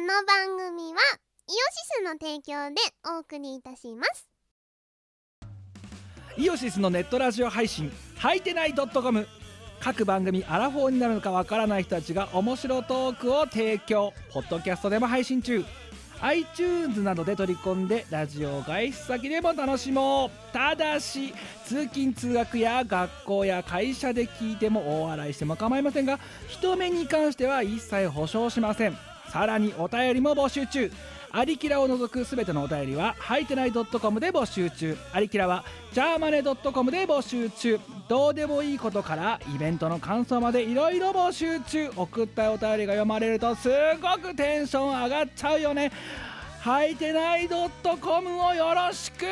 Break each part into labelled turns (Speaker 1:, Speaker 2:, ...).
Speaker 1: の番組はイオシスの提供でお送りいたします
Speaker 2: イオシスのネットラジオ配信「はいてない .com」各番組アラフォーになるのかわからない人たちが面白トークを提供ポッドキャストでも配信中 iTunes などで取り込んでラジオを外出先でも楽しもうただし通勤通学や学校や会社で聞いても大笑いしても構いませんが人目に関しては一切保証しませんさらにお便りも募集中アリキラを除くすべてのお便りは、はいてない .com で募集中。アリキラは、ジャーマネ .com で募集中。どうでもいいことから、イベントの感想までいろいろ募集中。送ったお便りが読まれると、すごくテンション上がっちゃうよね。はいてない .com をよろしく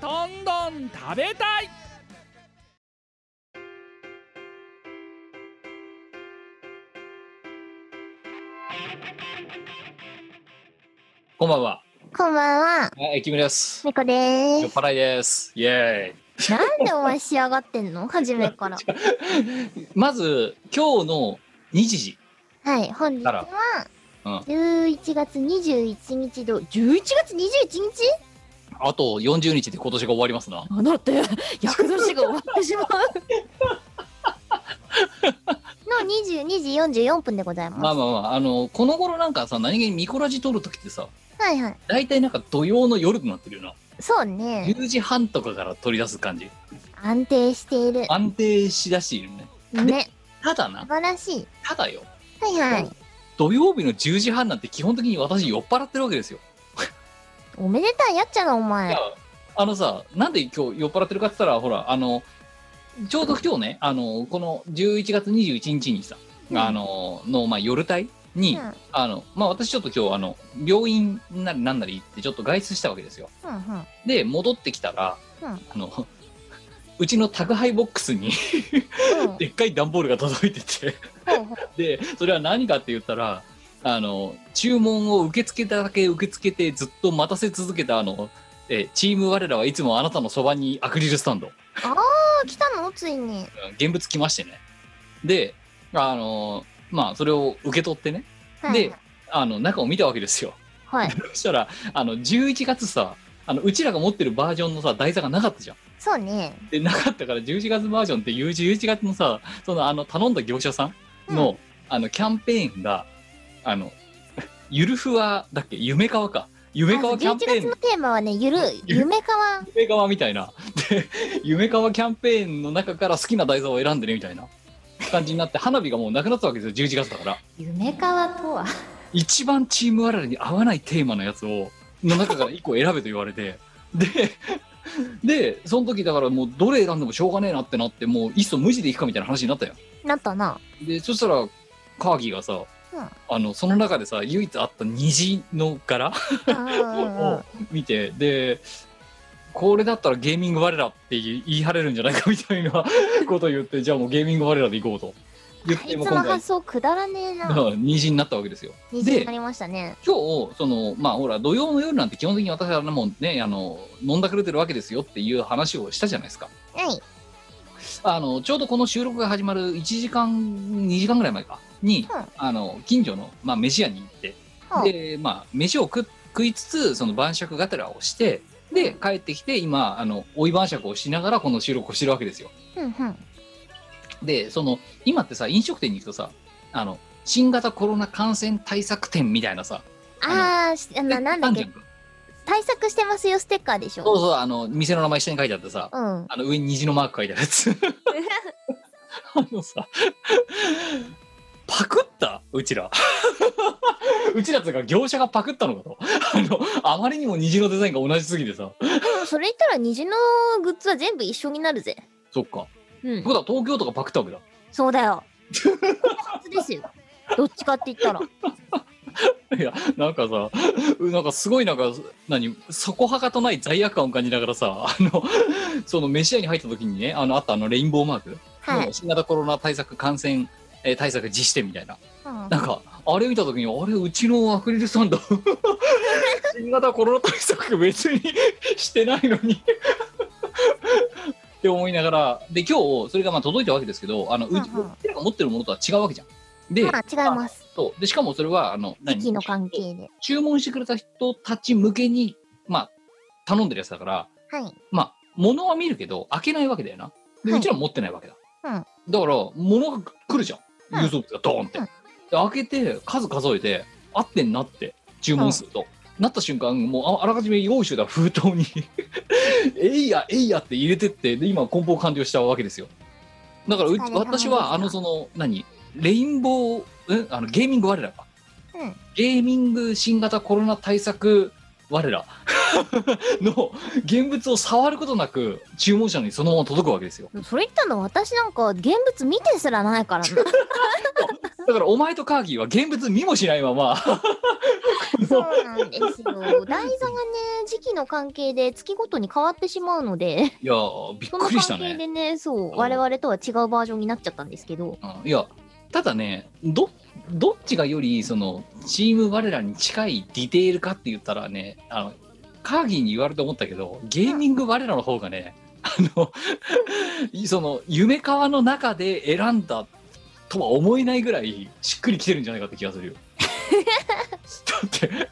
Speaker 2: どんどん食べたい
Speaker 3: こんばんは。
Speaker 1: こんばんは
Speaker 3: はい、木村です。
Speaker 1: 猫で
Speaker 3: 酔っ
Speaker 1: す
Speaker 3: 払いです。イエ
Speaker 1: なんでお前仕上がってん の初めから
Speaker 3: ーイ。まず、今日の2時。
Speaker 1: はい本日
Speaker 3: あら
Speaker 1: は
Speaker 3: うん
Speaker 1: 11月21日ど11月21日
Speaker 3: あと40日で今年が終わります な。
Speaker 4: あだって役年が終わってしまう
Speaker 1: の22時44分でございます、
Speaker 3: まあまあまあ、あの、この頃なんかさ、何気にミコラジ撮るときってさ、
Speaker 1: はいはい
Speaker 3: 大体なんか土曜の夜になってるよ
Speaker 1: そう
Speaker 3: な。
Speaker 1: ね
Speaker 3: 10時半とかから取り出す感じ。
Speaker 1: 安定している
Speaker 3: 安定しだしているね。
Speaker 1: ね
Speaker 3: ただ
Speaker 1: 素
Speaker 3: な、
Speaker 1: 晴らしい
Speaker 3: ただよ。
Speaker 1: はいはい
Speaker 3: 土曜日の10時半なんて基本的に私酔っ払ってるわけですよ。
Speaker 1: おめでたいやっちゃなお前
Speaker 3: いやあのさ、なんで今日酔っ払ってるかって言ったら、ほら、あの、ちょうど今日ね、あの、この11月21日にさ、
Speaker 1: うん
Speaker 3: あの、の、まあ、夜帯に、
Speaker 1: うん
Speaker 3: あの、まあ、私ちょっと今日、あの、病院なりなんなり行って、ちょっと外出したわけですよ。
Speaker 1: うんうん
Speaker 3: で、戻ってきたら、
Speaker 1: うん
Speaker 3: あの、うちの宅配ボックスに
Speaker 1: うん
Speaker 3: でっかい段ボールが届いてて
Speaker 1: ほうほう
Speaker 3: でそれは何かって言ったらあの注文を受け付けただけ受け付けてずっと待たせ続けたあのえチーム我らはいつもあなたのそばにアクリルスタンドうん
Speaker 1: ああ来たのついに
Speaker 3: 現物来ましてねであのまあそれを受け取ってね
Speaker 1: はい
Speaker 3: であの中を見たわけですよ
Speaker 1: はい
Speaker 3: そしたらあの11月さあのうちらが持ってるバージョンのさ台座がなかったじゃん
Speaker 1: そうね
Speaker 3: でなかったから11月バージョンっていう11月のさそのあの頼んだ業者さんの,、あのキャンペーンがあのゆるふわだっけ夢川か夢川キャンペ
Speaker 1: 11月
Speaker 3: ーン
Speaker 1: のテーマはねゆる夢川
Speaker 3: 夢川みたいなで夢川キャンペーンの中から好きな題材を選んでねみたいな感じになって花火がもうなくなったわけですよ11月だから
Speaker 4: 夢川とは
Speaker 3: 一番チーム我らに合わないテーマのやつをの中から1個選べと言われてででその時だからもうどれ選んでもしょうがねえなってなってもういっそ無地でいくかみたいな話になったよ
Speaker 1: なった な
Speaker 3: でそしたらカーギーがさ、あのその中でさ唯一あった虹の柄
Speaker 1: うんうんうん
Speaker 3: を見てでこれだったらゲーミング我らって言い張れるんじゃないかみたいな ことを言ってじゃあもうゲーミング我らで行こうと言っ
Speaker 1: い
Speaker 3: て
Speaker 1: つ
Speaker 3: も
Speaker 1: の
Speaker 3: う今回
Speaker 1: 発想くだらねえ な
Speaker 3: うん虹になったわけですよ
Speaker 1: 虹になりましたね
Speaker 3: 今日そのまあほら土曜の夜なんて基本的に私はもうねあの飲んだくれてるわけですよっていう話をしたじゃないですか
Speaker 1: はい
Speaker 3: あのちょうどこの収録が始まる1時間2時間ぐらい前かに、
Speaker 1: うん
Speaker 3: あの近所の、まあ、飯屋に行って、
Speaker 1: うん
Speaker 3: でまあ飯を食食いつつその晩酌がてらをしてで帰ってきて今あの追い晩酌をしながらこの収録をしてるわけですよ
Speaker 1: うんうん
Speaker 3: でその今ってさ飲食店に行くとさあの新型コロナ感染対策店みたいなさ
Speaker 1: あーしななんだっ
Speaker 3: あ
Speaker 1: け
Speaker 3: るじゃん
Speaker 1: 対策してますよステッカーでし
Speaker 3: そ
Speaker 1: ょ
Speaker 3: うそうあの店の名前下に書いてあってさ
Speaker 1: うん
Speaker 3: あの上に虹のマーク書いてある やつあのさパクったうちら うちらとか業者がパクったのかとあのあまりにも虹のデザインが同じすぎてさ
Speaker 1: でもそれ言ったら虹のグッズは全部一緒になるぜ
Speaker 3: そっか
Speaker 1: う
Speaker 3: って
Speaker 1: ん
Speaker 3: ことは東京とかパクったわけだ
Speaker 1: そうだよ初です よどっちかって言ったら
Speaker 3: いやなんかさうなんかすごいなんか何底はかとない罪悪感を感じながらさあのその飯屋に入った時にねあのあったあのレインボーマーク、
Speaker 1: はい
Speaker 3: の新型コロナ対策感染えー対策実施店みたいな
Speaker 1: うん
Speaker 3: なんか、あれ見たときに、あれ、うちのアクリルスタンド、 新型コロナ対策別にしてないのにって思いながら、で、今日、それがまあ届いたわけですけど、あの、うち、
Speaker 1: うんうん
Speaker 3: うちらが持ってるものとは違うわけじゃん。で、
Speaker 1: まあ違います
Speaker 3: そうでしかもそれはあの何
Speaker 4: 息の関係で。
Speaker 3: 注文してくれた人たち向けにまあ頼んでるやつだから
Speaker 4: はい。
Speaker 3: まあ物は見るけど開けないわけだよなで、
Speaker 4: はいう
Speaker 3: ちらも持ってないわけだ、
Speaker 4: うん
Speaker 3: だから物が来るじゃ
Speaker 4: うん
Speaker 3: ん郵送物がドーンって、
Speaker 4: うん
Speaker 3: で開けて数数えて合ってんなって注文すると、なった瞬間もうああらかじめ用意してた封筒に えいやえいやって入れてってで今梱包完了したわけですよだからう
Speaker 1: お疲れ様でした
Speaker 3: 私はあのその何レインボーんあのゲーミング我らか、
Speaker 4: うん
Speaker 3: ゲーミング新型コロナ対策我ら の現物を触ることなく注文者にそのまま届くわけですよ
Speaker 4: それ言ったの私なんか現物見てすらない からな。
Speaker 3: だからお前とカーギーは現物見もしないまま
Speaker 4: そうなんですよ。台座がね、時期の関係で月ごとに変わってしまうので、
Speaker 3: いやー びっ
Speaker 4: その
Speaker 3: くりした
Speaker 4: 関係
Speaker 3: ね
Speaker 4: でね、そうう、
Speaker 3: ん
Speaker 4: 我々とは違うバージョンになっちゃったんですけど、
Speaker 3: うんいやただねどどっちがよりそのチーム我らに近いディテールかって言ったらねあのカーギーに言われて思ったけどゲーミング我らの方がね、あの その夢川の中で選んだとは思えないぐらいしっくりきてるんじゃないかって気がするよ。だってだ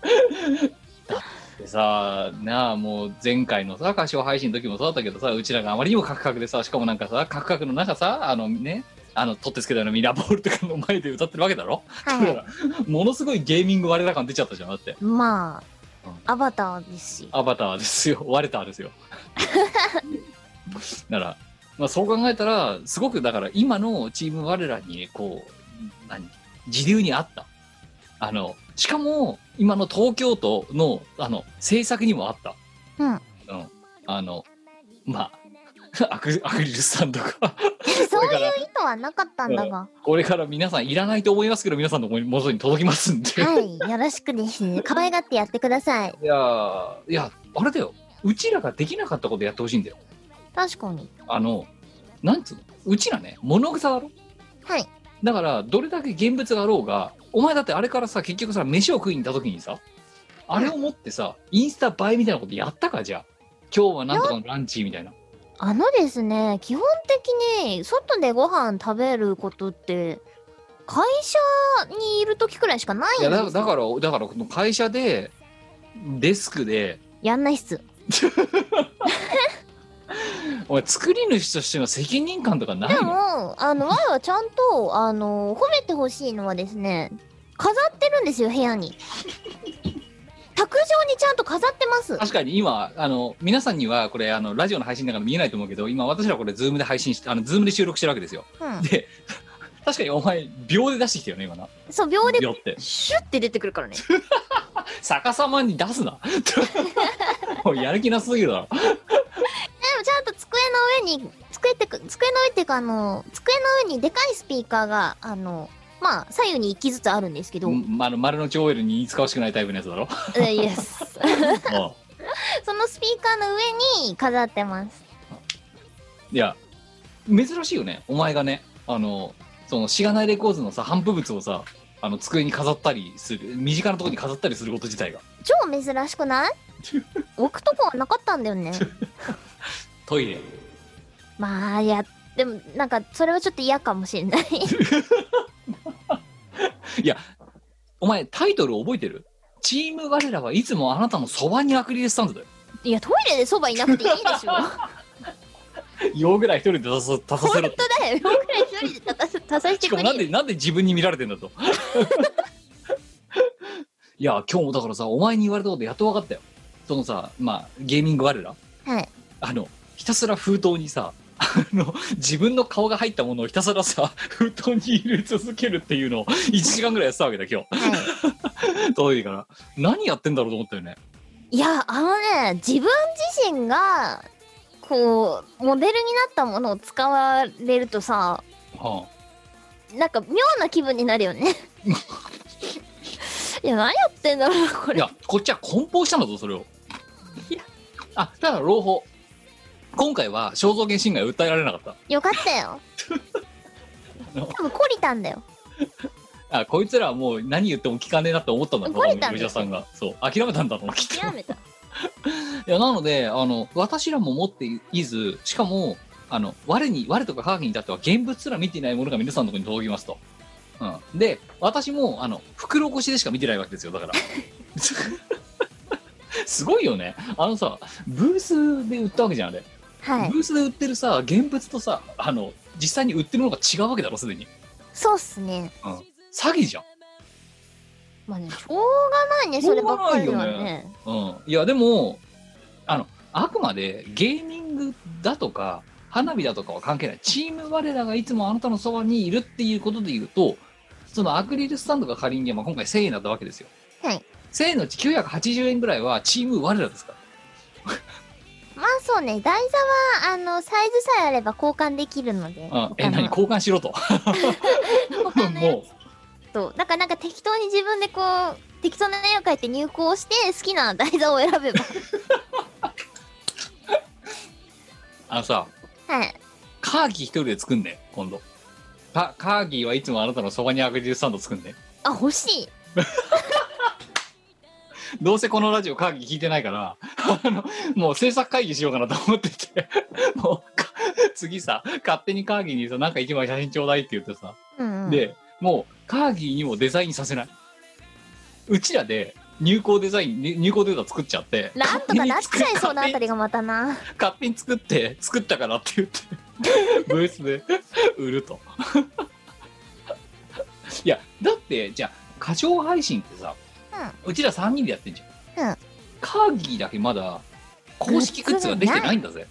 Speaker 3: ってさなあもう前回のさ歌唱配信の時もそうだったけどさうちらがあまりにもカクカクでさしかもなんかさカクカクの中さあのねあの取ってつけたようなミラーボールとかの前で歌ってるわけだろ、
Speaker 4: は
Speaker 3: だからものすごいゲーミング我ら感出ちゃったじゃんだって
Speaker 4: い。ま
Speaker 3: う
Speaker 4: あ、アバターですし。
Speaker 3: アバターですよ 割れたですよだから、まあ、そう考えたらすごくだから今のチーム我らにこう何時流にあったあのしかも今の東京都のあの政策にもあった
Speaker 4: うん。
Speaker 3: うん、あのまあ アクアクリルスタンドが
Speaker 4: そう
Speaker 3: から
Speaker 4: いう意図はなかったんだが、
Speaker 3: これから皆さんいらないと思いますけど皆さんのもとに届きますんで、
Speaker 4: はい、よろしくです。可愛がってやってください。
Speaker 3: い、やーいやあれだようちらができなかったことやってほしいんだよ
Speaker 4: 確かに。
Speaker 3: あのなんつうのうちらね物草だろ
Speaker 4: はい
Speaker 3: だからどれだけ現物があろうがお前だってあれからさ結局さ飯を食いに行った時にさあれを持ってさインスタ映えみたいなことやったかじゃあ今日はなんとかのランチみたいな
Speaker 4: あのですね、基本的に外でご飯食べることって、会社にいる時くらいしかないん
Speaker 3: い
Speaker 4: で
Speaker 3: や
Speaker 4: す
Speaker 3: だ
Speaker 4: よ。
Speaker 3: だからだからこの会社でデスクで
Speaker 4: やんないっす。
Speaker 3: お前作り主としての責任感とかない
Speaker 4: で
Speaker 3: の
Speaker 4: も、あ の、わいはちゃんと、あの、褒めてほしいのはですね、飾ってるんですよ、部屋に。卓上にちゃんと飾ってます。
Speaker 3: 確かに今あの皆さんにはこれあのラジオの配信だから見えないと思うけど今私らこれズームで配信してあのズームで収録してるわけですよ
Speaker 4: うん。
Speaker 3: で確かにお前秒で出してきたよね今な
Speaker 4: そう、秒で、
Speaker 3: 秒って
Speaker 4: シュッて出てくるからね。
Speaker 3: 逆さまに出すな もうやる気なさすぎるだろ
Speaker 4: でもちゃんと机の上に机ってく机の上っていうかあの机の上にでかいスピーカーがあのまあ左右に一機ずつあるんですけど、
Speaker 3: うんあの丸の内オイルに使わしくないタイプのやつ だろ
Speaker 4: えイエス
Speaker 3: も
Speaker 4: そのスピーカーの上に飾ってます
Speaker 3: ういや珍しいよねお前がねあのそのしがないレコーズのさ反布物をさあの机に飾ったりする身近なところに飾ったりすること自体が
Speaker 4: 超珍しく ない置くとこはなかったんだよね
Speaker 3: トイレ
Speaker 4: まあいやでもなんかそれはちょっと嫌かもしれ ない
Speaker 3: お前タイトル覚えてるチーム我らはいつもあなたのそばにアクリルスタンドだよ。
Speaker 4: いやトイレでそばいなくていいでしょ本
Speaker 3: ようぐらい一人で出さ出させろと。
Speaker 4: 当だよよくらい一人で立たせ立たせて
Speaker 3: しか
Speaker 4: くれ
Speaker 3: もなんでなんで自分に見られてんだと。 いや今日もだからさお前に言われたことやっと分かったよ。そのさまあゲーミング我ら
Speaker 4: はい
Speaker 3: あのひたすら封筒にさあの自分の顔が入ったものをひたすらさ封筒に入れ続けるっていうのを1時間ぐらいやってたわけだ今日
Speaker 4: はい
Speaker 3: 届いてから何やってんだろうと思ったよね
Speaker 4: いやあのね自分自身がこうモデルになったものを使われるとさ
Speaker 3: は
Speaker 4: なんか妙な気分になるよ ねいや何やってんだろうなこ
Speaker 3: あ、い
Speaker 4: れ
Speaker 3: やこっちは梱包したんだぞそれをあただ朗報今回は肖像権侵害を訴えられなかった
Speaker 4: よかった よ
Speaker 3: の
Speaker 4: 多分懲りたんだよ
Speaker 3: あこいつらはもう何言っても聞かねえなって思ったんだろ
Speaker 4: 怒れ
Speaker 3: う
Speaker 4: た
Speaker 3: 多
Speaker 4: ん
Speaker 3: 分
Speaker 4: だ
Speaker 3: 吉田さんがそう諦めたんだろうなきっと
Speaker 4: 諦めた
Speaker 3: いやなのであの私らも持っていずしかもあの我に我とかハーギに至っては現物すら見ていないものが皆さんのところに届きますと、ううん、で私もあの袋越しでしか見てないわけですよだから すごいよねあのさブースで売ったわけじゃんあれ、
Speaker 4: はい
Speaker 3: ブースで売ってるさ現物とさあの実際に売ってるのが違うわけだろすでに
Speaker 4: そうっすね
Speaker 3: 詐欺じゃん
Speaker 4: まあねしょうがないねそればっかりは
Speaker 3: しょうがないよ
Speaker 4: ね
Speaker 3: うん、いやでもあのあくまでゲーミングだとか花火だとかは関係ないチーム我らがいつもあなたのそばにいるっていうことで言うとそのアクリルスタンドが仮に、まあ、今回1000円だったわけですよ、
Speaker 4: はい、
Speaker 3: 1000円のうち980円ぐらいはチーム我らですから
Speaker 4: まあそうね台座はあのサイズさえあれば交換できるので
Speaker 3: うん、え
Speaker 4: 他の
Speaker 3: 何交換しろと
Speaker 4: 他のや
Speaker 3: も
Speaker 4: つとだからなんか適当に自分でこう適当な絵を描いて入稿して好きな台座を選べば
Speaker 3: あのさ
Speaker 4: はい
Speaker 3: カーキ一人で作んね今度カカーキはいつもあなたのそばにアクリルスタンド作んね
Speaker 4: あ欲しい
Speaker 3: どうせこのラジオ会議聞いてないから、あの、もう制作会議しようかなと思ってて、 もうか、次さ、勝手に会議にさ、なんか一枚写真ちょうだいって言ってさ、
Speaker 4: うんうん
Speaker 3: で、もう、会議にもデザインさせない。うちらで入稿デザイン、に入稿データ作っちゃって、
Speaker 4: なんとかなっちゃいそうなあた
Speaker 3: り。
Speaker 4: りがまたな
Speaker 3: 勝手に作って、作ったからって 言って、ブースで売ると。いや、だって、じゃあ、過剰配信ってさ、うちら3人でやってんじゃん。
Speaker 4: うん
Speaker 3: カーギーだけまだ公式グッズができてないんだぜ。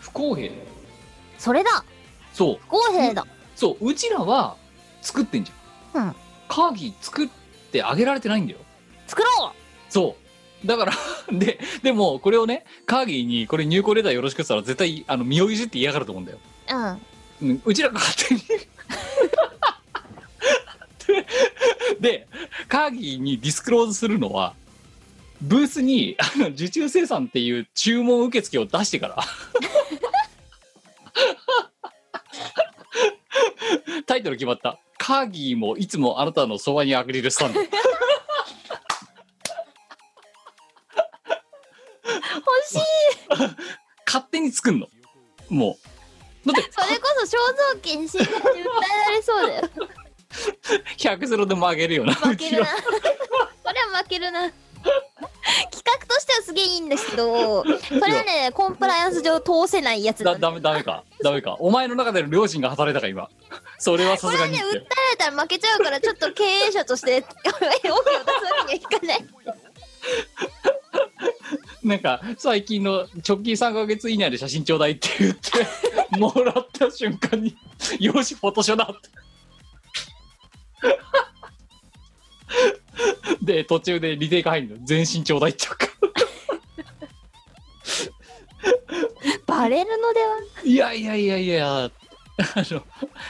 Speaker 3: 不公平だよ
Speaker 4: それだ
Speaker 3: そう、
Speaker 4: 不公平だ
Speaker 3: そう、うちらは作ってんじゃん。
Speaker 4: うん
Speaker 3: カーギー作ってあげられてないんだよ。
Speaker 4: 作ろ
Speaker 3: そう。だから、 で、でも、これをね、カーギーに、これ入稿レターよろしくって言ったら、絶対、あの、身をいじって嫌がると思うんだよ。
Speaker 4: ううん
Speaker 3: うん、うちらが勝手に で。で、カーギーにディスクローズするのは、ブースにあの受注生産っていう注文受付を出してから。 タイトル決まった。カーギーもいつもあなたのそばにアクリルスタンド。
Speaker 4: 欲しい
Speaker 3: 勝手に作んの。もう。だって、
Speaker 4: それこそ肖像権侵害に訴えられそう だよ
Speaker 3: 100ゼロでもあげるよな。
Speaker 4: 負ける な それは負けるな企画としてはすげえいいんですけどそれはねコンプライアンス上通せないやつ
Speaker 3: だ
Speaker 4: だ、ね、
Speaker 3: ダメダメかダメかお前の中での両親が働いたか今それはさ
Speaker 4: これ
Speaker 3: すが
Speaker 4: は
Speaker 3: にっ
Speaker 4: ね訴えら
Speaker 3: て
Speaker 4: れたら負けちゃうからちょっと経営者として OK を出すわけにはいかない
Speaker 3: なんか最近の直近3ヶ月以内で写真ちょうだいって言ってもらった瞬間に よしフォトショだってで途中でリテイク入るの全身ちょうだいっていうか
Speaker 4: バレるのではい
Speaker 3: やいやいやいやあの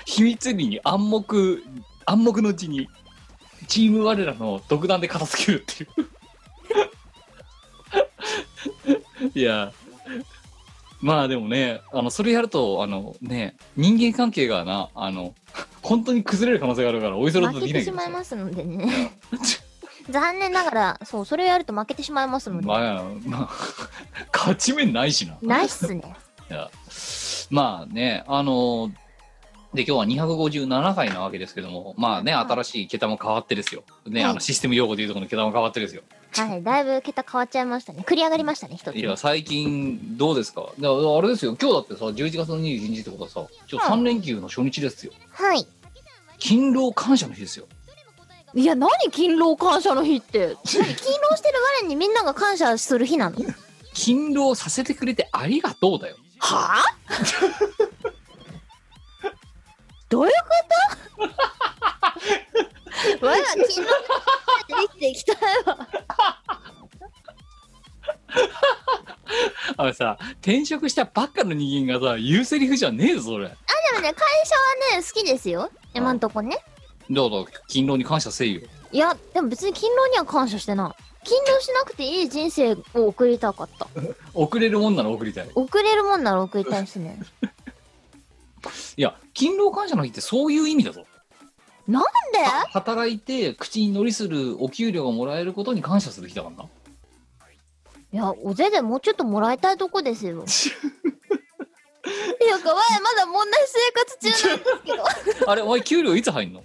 Speaker 3: 秘密裏に暗黙暗黙のうちにチーム我らの独断で片付けるっていう いや、まあでもね、あの、それやると、あのね、人間関係がな、あの、本当に崩れる可能性があるから、おいそれと
Speaker 4: 負け
Speaker 3: できな
Speaker 4: て
Speaker 3: い
Speaker 4: しまい
Speaker 3: す。
Speaker 4: ますのでね残念ながらそうそれをやると負けてしまいますので、
Speaker 3: まあ、まあ、勝ち目ないしな。
Speaker 4: ないっすね
Speaker 3: いやまあね、あの、で、今日は257回なわけですけども、まあね、
Speaker 4: はい
Speaker 3: 新しい桁も変わってですよ。ね、
Speaker 4: はい
Speaker 3: あの、システム用語でいうところの桁も変わってですよ。
Speaker 4: はいだいぶ桁変わっちゃいましたね繰り上がりましたね一つ
Speaker 3: いや、最近、どうですかだからあれですよ、今日だってさ、11月の21日ってことはさ、ちょ
Speaker 4: はい
Speaker 3: 3連休の初日ですよ。
Speaker 4: はい
Speaker 3: 勤労感謝の日ですよ。
Speaker 4: いや何勤労感謝の日って勤労してる我にみんなが感謝する日なの
Speaker 3: 勤労させてくれてありがとうだよ。
Speaker 4: はあ どういう こと我は勤労して生きていきたいわ
Speaker 3: あのさ、転職したばっかの人間がさ、言うセリフじゃねえぞ、それ。だか
Speaker 4: でもね会社はね好きですよ今んとこね
Speaker 3: ら、勤労に感謝せいよ。
Speaker 4: いやでも別に勤労には感謝してない勤労しなくていい人生を送りたかった
Speaker 3: 遅れるもんなら送りたい。
Speaker 4: 送れるもんなら送りたいです ね
Speaker 3: いや、勤労感謝の日ってそういう意味だぞ。
Speaker 4: なんで
Speaker 3: は働いて、口に乗りするお給料がもらえることに感謝する日だか らな。
Speaker 4: いや、おぜでもうちょっともらいたいとこですよ。でていうか、わまだ問題生活中なんですけど。
Speaker 3: あれお前給料いつ入んの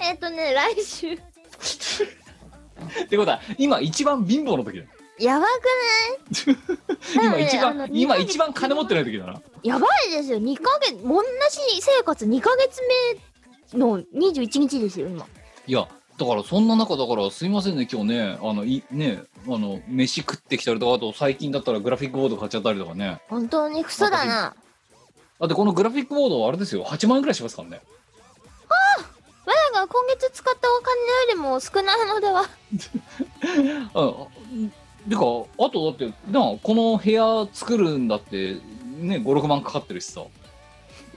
Speaker 4: えっとね、来週。
Speaker 3: ってことは今一番貧乏の時だよ
Speaker 4: やばく
Speaker 3: 今
Speaker 4: はい
Speaker 3: 一
Speaker 4: あの
Speaker 3: 番今一番
Speaker 4: 日本
Speaker 3: 金持ってない時だな
Speaker 4: やばいですよ。2ヶ月、同じ生活2ヶ月目の21日ですよ、今。
Speaker 3: いやだからそんな中だからすいませんね今日ねあのいねあの飯食ってきたりとかあと最近だったらグラフィックボード買っちゃったりとかね
Speaker 4: 本当にクソだな。
Speaker 3: だってこのグラフィックボードはあれですよ8万円ぐらいしますからね
Speaker 4: 我らが今月使ったお金よりも少ないのでは。
Speaker 3: うんてかあとだってなこの部屋作るんだってね56万かかってるしさ
Speaker 4: わ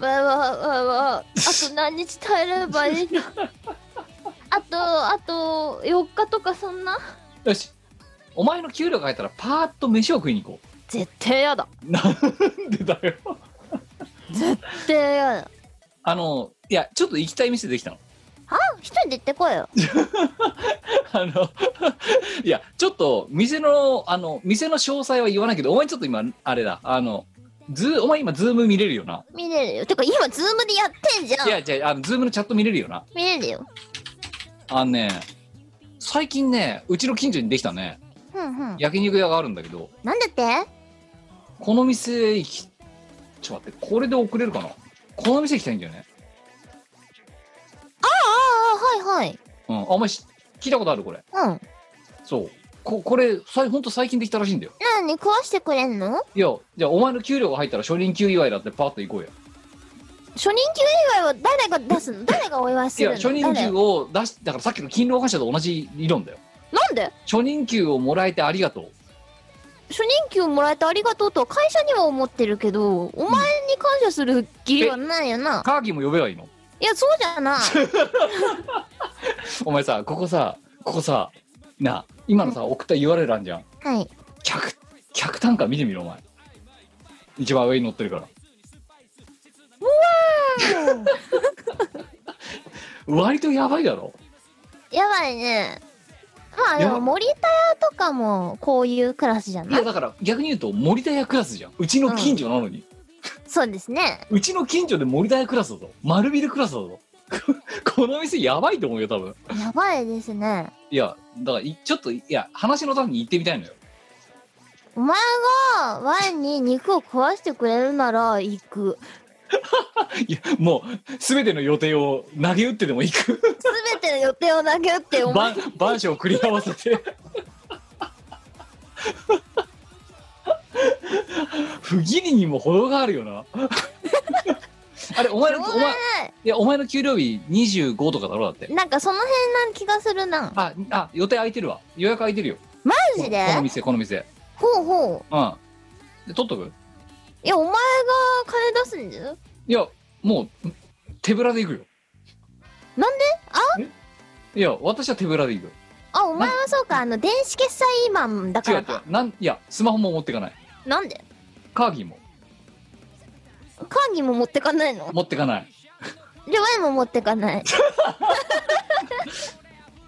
Speaker 4: わわわあと何日耐えれば いいのあとあと4日とかそんな
Speaker 3: よしお前の給料が入ったらパーッと飯を食いに行こ
Speaker 4: 絶対やだ
Speaker 3: うなんでだよ
Speaker 4: 絶対やだ
Speaker 3: あのいやちょっと行きたい店できたの
Speaker 4: 一人で行ってこいよ
Speaker 3: あのいやちょっと店のあの店の詳細は言わないけどお前ちょっと今あれだあのズーお前今ズーム見れるよな
Speaker 4: 見れるよてか今ズームでやってんじゃ
Speaker 3: い
Speaker 4: ん
Speaker 3: やじゃああのズームのチャット見れるよな
Speaker 4: 見れるよ
Speaker 3: あのね最近ねうちの近所にできたね
Speaker 4: ふんふん
Speaker 3: 焼肉屋があるんだけど
Speaker 4: なんだって
Speaker 3: この店行きちょっと待ってこれで遅れるかなこの店行きたいんだよね
Speaker 4: ああはいはい
Speaker 3: うんあお前し聞いたことあるこれ
Speaker 4: うん
Speaker 3: そうここれさいほんと最近できたらしいんだよ
Speaker 4: 何食わしてくれんの
Speaker 3: いやじゃあお前の給料が入ったら初任給祝いだってパーッと行こうよ
Speaker 4: 初任給以外は誰が出すの誰がお祝いす
Speaker 3: い
Speaker 4: る
Speaker 3: や
Speaker 4: の
Speaker 3: 初任
Speaker 4: 誰
Speaker 3: 給を出しだからさっきの勤労感謝と同じ理論だよ
Speaker 4: なんで
Speaker 3: 初任給をもらえてありがとう
Speaker 4: 初任給もらえてありがとうとは会社には思ってるけどお前に感謝する義理はないよな
Speaker 3: カーギーも呼べばいいの
Speaker 4: いやそうじゃない
Speaker 3: お前さここさここさな今のさ送った URL あんじゃん
Speaker 4: はい。
Speaker 3: 客客単価見てみろお前一番上に載ってるから 割とやばいだろ
Speaker 4: やばいね。まあで
Speaker 3: やば
Speaker 4: も、森田屋とかも、こういうクラスじゃ
Speaker 3: い
Speaker 4: な
Speaker 3: や
Speaker 4: い
Speaker 3: だから逆に言うと森田屋クラスじゃんうちの近所なのに、
Speaker 4: そうですね。
Speaker 3: うちの近所で森田屋クラスだぞ丸ビルクラスだぞ この店やばいと思うよ多分
Speaker 4: やばいですね。
Speaker 3: いや、だからい、ちょっと、いや、話のために行ってみたいのよ。
Speaker 4: お前が、ワインに肉を食わしてくれるなら、行く。
Speaker 3: いや、もう、すべての予定を投げ打ってでも行く。
Speaker 4: すべての予定を投げ打って、お前、
Speaker 3: 晩、晩鐘を繰り合わせて。 不義理にも程があるよな。 あれ、お前の、
Speaker 4: しょう
Speaker 3: お
Speaker 4: が
Speaker 3: 前、いや、お前の給料日25とかだろだって。
Speaker 4: なんかその辺な気がするな。マ
Speaker 3: あ、あ、予定空いてるわ。予約空いてるよ。
Speaker 4: ジで
Speaker 3: ここの店、この店。
Speaker 4: ほうほ
Speaker 3: うん。で、取っとく
Speaker 4: う。いや、お前が金出すんだよ。
Speaker 3: いや、もう、手ぶらで行くよ。
Speaker 4: なん
Speaker 3: であいや、私は手ぶらで行く。
Speaker 4: あ、お前はそうか、あの、電子決済マンだか
Speaker 3: 違う違
Speaker 4: らか。
Speaker 3: う。なんいや、スマホも持ってかない。
Speaker 4: なんで
Speaker 3: カーギーも
Speaker 4: カーギーも持ってかないの
Speaker 3: 持ってかない。
Speaker 4: で、ワインも持ってか ない。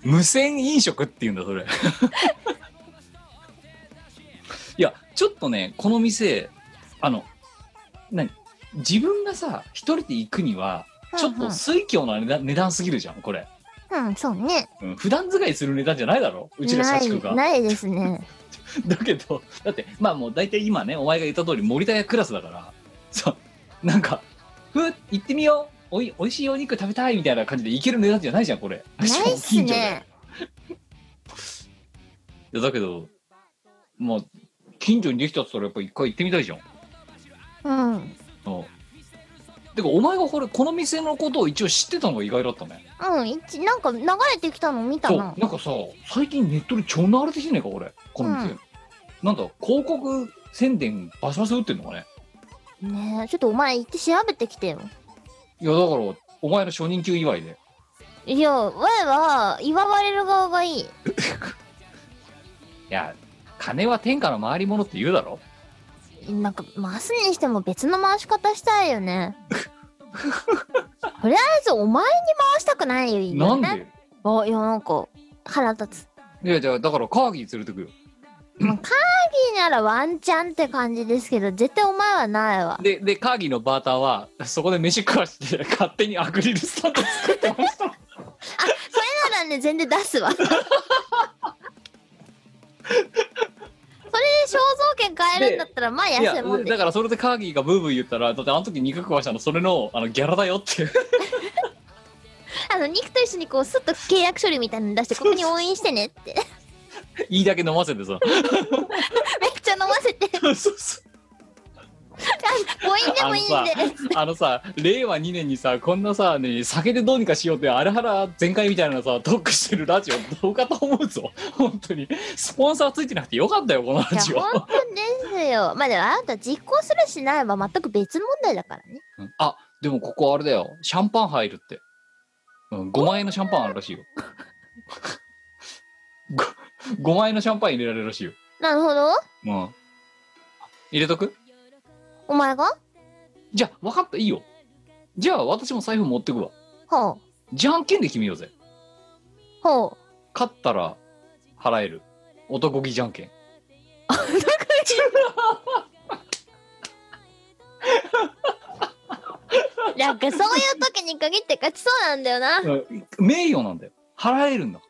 Speaker 3: 無線飲食っていうんだ、それ。 いや、ちょっとね、この店、あの、何自分がさ、一人で行くには、ちょっと水郷な値段値段すぎるじゃん、これ。
Speaker 4: うん、そうね。
Speaker 3: うん、普段使いする値段じゃないだろうちら社畜が。
Speaker 4: ないないですね
Speaker 3: だけど、だって、まあもう大体今ね、お前が言った通り森田屋クラスだから、そう、なんか、ふっ、行ってみよう。おい、美味しいお肉食べたいみたいな感じで行ける値段じゃないじゃん、これ。
Speaker 4: ないっす
Speaker 3: 近所で
Speaker 4: ね
Speaker 3: いやだけど、まあ、近所にできたって言ったらやっぱ一回行ってみたいじゃん。
Speaker 4: うんうん
Speaker 3: うん。てか、お前がこれ、この店のことを一応知ってたのが意外だったね。
Speaker 4: 一なんか流れてきたの見た
Speaker 3: そう、
Speaker 4: な
Speaker 3: なんかさ、最近ネットで超流れてきてないか、これ。この店。
Speaker 4: うん
Speaker 3: なんだ、広告宣伝バシバシ打ってんのかね。
Speaker 4: ねえちょっとお前行って調べてきてよ
Speaker 3: いや、だから、お前の初任給祝いで。
Speaker 4: いや我は祝われる側がいい
Speaker 3: いや、金は天下の回り物って言うだろ
Speaker 4: なんか回すにしても別の回し方したいよ ねとりあえずお前に回したくないよいい
Speaker 3: な
Speaker 4: よ
Speaker 3: ん
Speaker 4: ね
Speaker 3: で
Speaker 4: あいやなんか腹立つ
Speaker 3: いや、じゃあ、だからカーギー連れてくよ。
Speaker 4: まあ、カーギーならワンチャンって感じですけど、絶対お前はないわ。
Speaker 3: ででカーギーのバーターはそこで飯食わして 勝手にアクリルスタンド作ってました
Speaker 4: ただね、全然出すわ。それで肖像権変えるんだったら、まあ
Speaker 3: いや
Speaker 4: 安いもんで。
Speaker 3: だからそれでカーギーがブーブー言ったらだってあの時肉食わしたのそれのあのギャラだよっていう
Speaker 4: あの、肉と一緒にこう、すっと契約書類みたいなの出して、ここに応援してねって。
Speaker 3: いいだけ飲ませて さ
Speaker 4: めっちゃ飲ませて。
Speaker 3: そうそう
Speaker 4: あ誤飲でもいいん
Speaker 3: あの
Speaker 4: で。
Speaker 3: あのさ令和2年にさこんなさ、ね、酒でどうにかしようってあれはら全開みたいなさトークしてるラジオどうかと思うぞ本当にスポンサーついてなくてよかったよこのラ
Speaker 4: い
Speaker 3: ジ
Speaker 4: や、
Speaker 3: オ
Speaker 4: 本当ですよ。まあでも、あなた実行するしないは全く別問題だからね。
Speaker 3: うんあでもここあれだよシャンパン入るって、うん、5万円のシャンパンあるらしいよ 5, 万円のシャンパン入れられるらしいよ、
Speaker 4: なるほど。
Speaker 3: うん、入れとく
Speaker 4: お前が
Speaker 3: じゃあ分かったいいよじゃあ私も財布持ってくわ
Speaker 4: ほう。
Speaker 3: じゃんけんで決めようぜ
Speaker 4: ほう。
Speaker 3: 勝ったら払える男気じゃんけん
Speaker 4: なんかそういう時に限って勝ちそうなんだよな。
Speaker 3: うん名誉なんだよ払えるんだか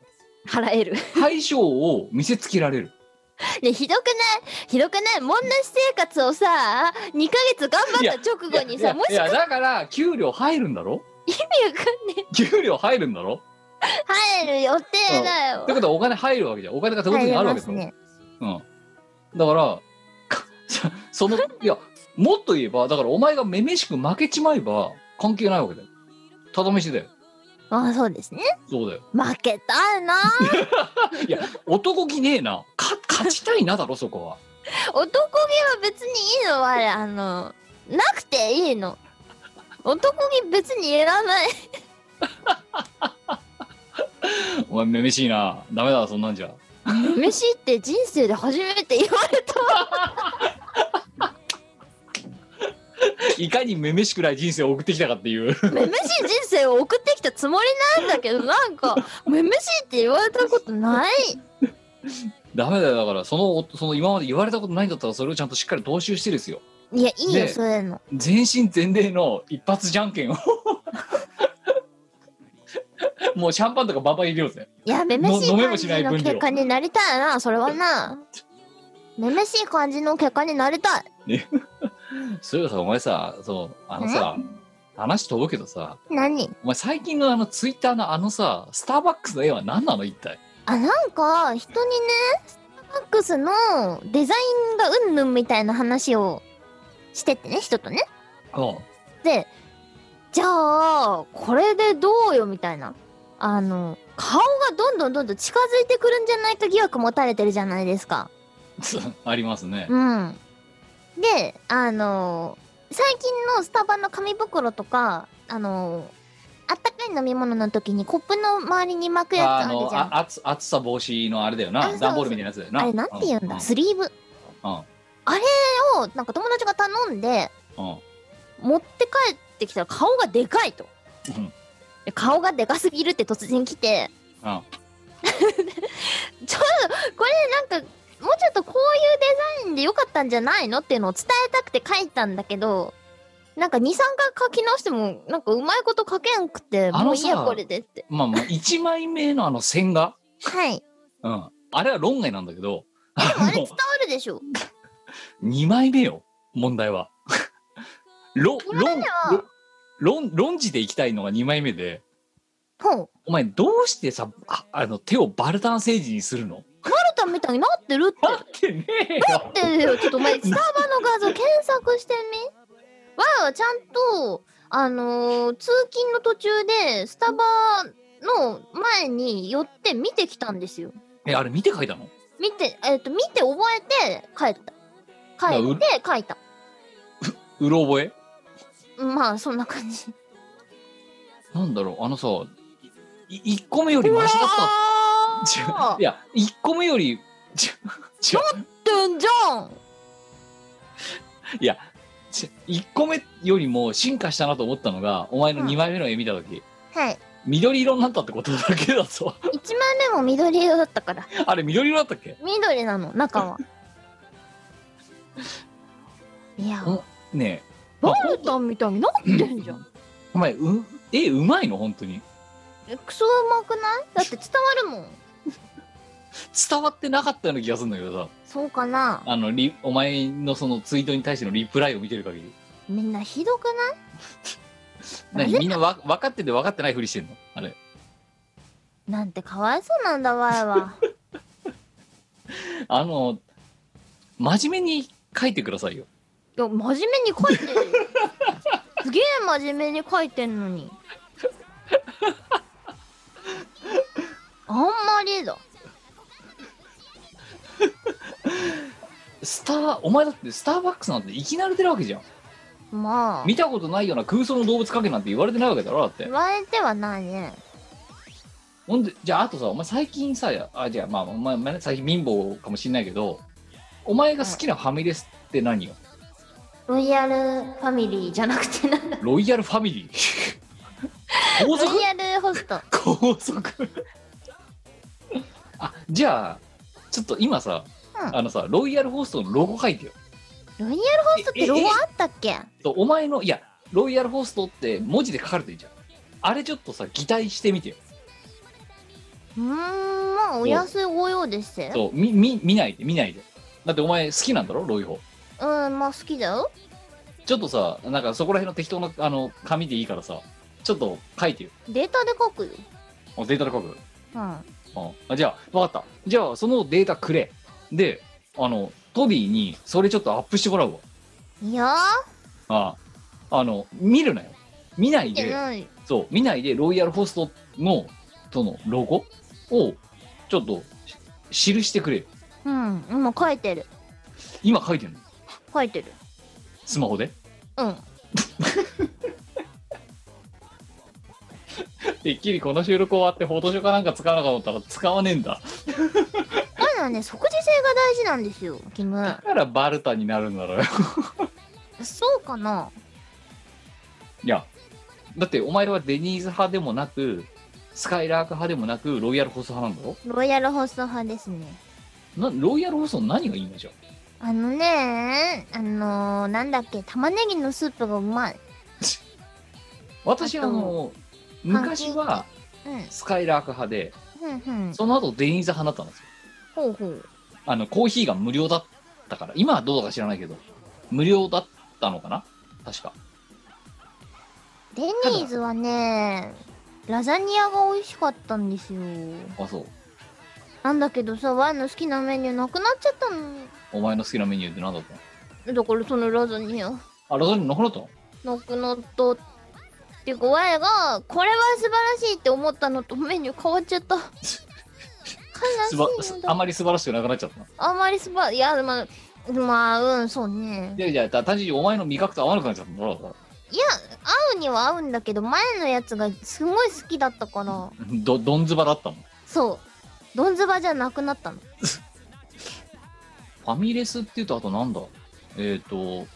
Speaker 4: 払える。
Speaker 3: ら大将を見せつけられる
Speaker 4: ねひどくないひどくないもんな私生活をさ、2ヶ月頑張った直後に
Speaker 3: い
Speaker 4: さ、
Speaker 3: や
Speaker 4: もし
Speaker 3: い
Speaker 4: か
Speaker 3: やだから給料入るんだろ
Speaker 4: 意味わかんね
Speaker 3: 給料入るんだろ
Speaker 4: え。入る予定だよ
Speaker 3: って。ことはお金入るわけじゃんお金が手元
Speaker 4: 入
Speaker 3: に
Speaker 4: れ
Speaker 3: あるわ
Speaker 4: ま
Speaker 3: けだ
Speaker 4: す
Speaker 3: ろ、
Speaker 4: ね。
Speaker 3: うん、だからかそ そのいやもっと言えばだからお前がめめしく負けちまえば関係ないわけだよただ飯だよ
Speaker 4: あそうですね。
Speaker 3: そうだよ
Speaker 4: 負けた な。
Speaker 3: いや男気ねえなか勝ちたいなだろそこは
Speaker 4: 男気は別にいいのはあの、なくていいの。男気別にいら ない。
Speaker 3: お前めめしいなダメだそんなんじゃ
Speaker 4: 飯って人生で初めて言われた。
Speaker 3: いかにめめしくない人生を送ってきたかっていう
Speaker 4: めめしい人生を送ってきたつもりなんだけどなんかめめしいって言われたことない
Speaker 3: ダメだよだからそのおその今まで言われたことないんだったらそれをちゃんとしっかり踏襲してですよ
Speaker 4: いやいいよ、
Speaker 3: ねえ
Speaker 4: そういうの
Speaker 3: 全身全霊の一発じゃんけん をもうシャンパンとかバンバン入れようぜ
Speaker 4: いやめめし
Speaker 3: の飲
Speaker 4: い
Speaker 3: めも
Speaker 4: 感
Speaker 3: し
Speaker 4: じ
Speaker 3: ない
Speaker 4: の
Speaker 3: 分量
Speaker 4: 結果になりたいなそれはなめめしい感じの結果になりたい
Speaker 3: そういえばさお前さそうあのさ話飛ぶけどさ
Speaker 4: 何
Speaker 3: お前最近のあのツイッターのあのさスターバックスの絵は何なの一体
Speaker 4: あなんか人にねスターバックスのデザインがうんぬんみたいな話をしてってね人とね
Speaker 3: うん
Speaker 4: でじゃあこれでどうよみたいなあの顔がどんどんどんどん近づいてくるんじゃないか疑惑持たれてるじゃないですか。
Speaker 3: ありますね
Speaker 4: うん、であの最近のスタバの紙袋とかあのあったかい飲み物の時にコップの周りに巻くや
Speaker 3: あ
Speaker 4: つある
Speaker 3: の
Speaker 4: じゃん。あ
Speaker 3: あ暑暑さ防止のあれだよ
Speaker 4: あそ
Speaker 3: な
Speaker 4: う
Speaker 3: 段ボールみたいなやつだよな
Speaker 4: れなんて言うんだ、
Speaker 3: う
Speaker 4: スリーブ。
Speaker 3: うん
Speaker 4: あれをなんか友達が頼んで
Speaker 3: うんうん
Speaker 4: 持って帰ってきたら顔がでかいと。
Speaker 3: うん
Speaker 4: で顔がでかすぎるって突然来て、
Speaker 3: うん
Speaker 4: ちょっとこれなんかもうちょっとこういうデザインでよかったんじゃないのっていうのを伝えたくて書いたんだけどなんか23回書き直してもなんかうまいこと書けんくて
Speaker 3: あ
Speaker 4: も
Speaker 3: の
Speaker 4: うい
Speaker 3: さ
Speaker 4: いやこれでって
Speaker 3: まあまあ1枚目のあの線画、
Speaker 4: はい
Speaker 3: うん、あれは論外なんだけど
Speaker 4: でもあれ伝わるでしょ
Speaker 3: 2枚目よ問題 は論
Speaker 4: 二枚
Speaker 3: 論
Speaker 4: 目
Speaker 3: 論論論じでいきたいのが2枚目で
Speaker 4: ほう
Speaker 3: お前どうしてさああの手をバルタン政治にするの
Speaker 4: カルタみたいになってるって
Speaker 3: なってねえよ
Speaker 4: ってよちょっとお前スタバの画像検索してみわはちゃんとあのー通勤の途中でスタバの前に寄って見てきたんですよ
Speaker 3: えあれ見て書いたの
Speaker 4: 見てえっ、と見て覚えて帰った帰って書いた
Speaker 3: うろ覚え
Speaker 4: まあそんな感じ
Speaker 3: なんだろうあのさい1個目よりマシだった違ういや1個目よりち違う
Speaker 4: ってんじゃん
Speaker 3: ち1個目よりも進化したなと思ったのがお前の2枚目の絵見た時、
Speaker 4: はい
Speaker 3: 緑色になったってことだけだぞ。
Speaker 4: 一枚目も緑色だったから。
Speaker 3: あれ緑色だったっけ
Speaker 4: 緑なの、中は。 いや、
Speaker 3: うんねえ。
Speaker 4: ボルタンみたいになってんじゃん。
Speaker 3: お前、う、え、うまいの本当に。
Speaker 4: えクソうまくないだって伝わるもん。
Speaker 3: 伝わってなかったような気がするんだけどさ。
Speaker 4: そうかな
Speaker 3: あの、リお前のそのツイートに対してのリプライを見てる限り。
Speaker 4: みんなひどくない
Speaker 3: 何みんなわ分かってて分かってないふりしてんのあれ。
Speaker 4: なんてかわいそうなんだわいは。
Speaker 3: あの、真面目に書いてくださいよ。
Speaker 4: いや、真面目に書いてるよ。すげえ真面目に書いてんのに。あんまりだ。
Speaker 3: スター、お前だってスターバックスなんていきなり出るわけじゃん。
Speaker 4: まあ、
Speaker 3: 見たことないような空想の動物描けなんて言われてないわけだろだって
Speaker 4: 言。われてはないね。
Speaker 3: ほんで、じゃああとさ、お前最近さ、あ、じゃあまあ、お前、お前ね最近貧乏かもしんないけど、お前が好きなファミレスって何よ
Speaker 4: ロイヤルファミリーじゃなくてなんだ。
Speaker 3: ロイヤルファミ リー。皇
Speaker 4: ロ
Speaker 3: 族
Speaker 4: イヤルホ スト。
Speaker 3: 高速あじゃあちょっと今さ、
Speaker 4: うん
Speaker 3: あのさロイヤルホストのロゴ書いてよ
Speaker 4: ロイヤルホストってロゴあったっけ
Speaker 3: とお前のいやロイヤルホストって文字で書かれてるじゃんあれちょっとさ擬態してみてよ
Speaker 4: うーん、まあ、お安いご用ですよ。
Speaker 3: そうみみ見ないで見ないでだってお前好きなんだろロイホ
Speaker 4: うん、まあ好きだよ。
Speaker 3: ちょっとさなんかそこら辺の適当なあの紙でいいからさちょっと書いてよ
Speaker 4: データで書くよ。
Speaker 3: あデータで書く
Speaker 4: うん。
Speaker 3: ああじゃあ分かったじゃあそのデータくれであのトビーにそれちょっとアップしてもらうわ
Speaker 4: いや
Speaker 3: あああの見るなよ見ない
Speaker 4: ー、見て
Speaker 3: で
Speaker 4: ない。
Speaker 3: そう見ないでロイヤルホストのとのロゴをちょっとし記してくれよ
Speaker 4: うん、今書いてる。
Speaker 3: 今書いてるの
Speaker 4: 書いてる。
Speaker 3: スマホで
Speaker 4: うん。
Speaker 3: てっきりこの収録終わってフォトショーかなんか使わなかったら使わねえんだ
Speaker 4: だからね、即時性が大事なんですよ、キム
Speaker 3: だ。からバルタになるんだろうよ
Speaker 4: そうかない
Speaker 3: やだってお前はデニーズ派でもなくスカイラーク派でもなくロイヤルホスト派なんだろ
Speaker 4: ロイヤルホスト派ですね。
Speaker 3: なロイヤルホストの何がいいんでしょ
Speaker 4: あのねあのー、なんだっけ、玉ねぎのスープがうまい。
Speaker 3: 私あ
Speaker 4: あと
Speaker 3: の昔は
Speaker 4: う
Speaker 3: スカイラーク派で
Speaker 4: ん。うんうん。
Speaker 3: その後デニーズ派だったんですよ
Speaker 4: ほうほう。
Speaker 3: あのコーヒーが無料だったから今はどうだか知らないけど無料だったのかな確か
Speaker 4: デニーズはねラザニアが美味しかったんですよ。
Speaker 3: あそう
Speaker 4: なんだけどさ、ワイの好きなメニューなくなっちゃったの。
Speaker 3: お前の好きなメニューって何だった
Speaker 4: だ
Speaker 3: の
Speaker 4: からそのラザニア、
Speaker 3: あラザニアなくなったの
Speaker 4: なくなった。っていうか、ワイが、これは素晴らしいって思ったのとメニュー変わっちゃ った。悲
Speaker 3: すば
Speaker 4: しいのだ
Speaker 3: あまり素晴らしくなくなっちゃったの
Speaker 4: あんまりすばいやまあまあうんそうね
Speaker 3: いやいやだ単純にお前の味覚と合わなくなっちゃったのだから
Speaker 4: いや合うには合うんだけど前のやつがすごい好きだったから
Speaker 3: どどんずばだったの
Speaker 4: そうどんずばじゃなくなったの
Speaker 3: ファミレスっていうとあとなんだえっ、と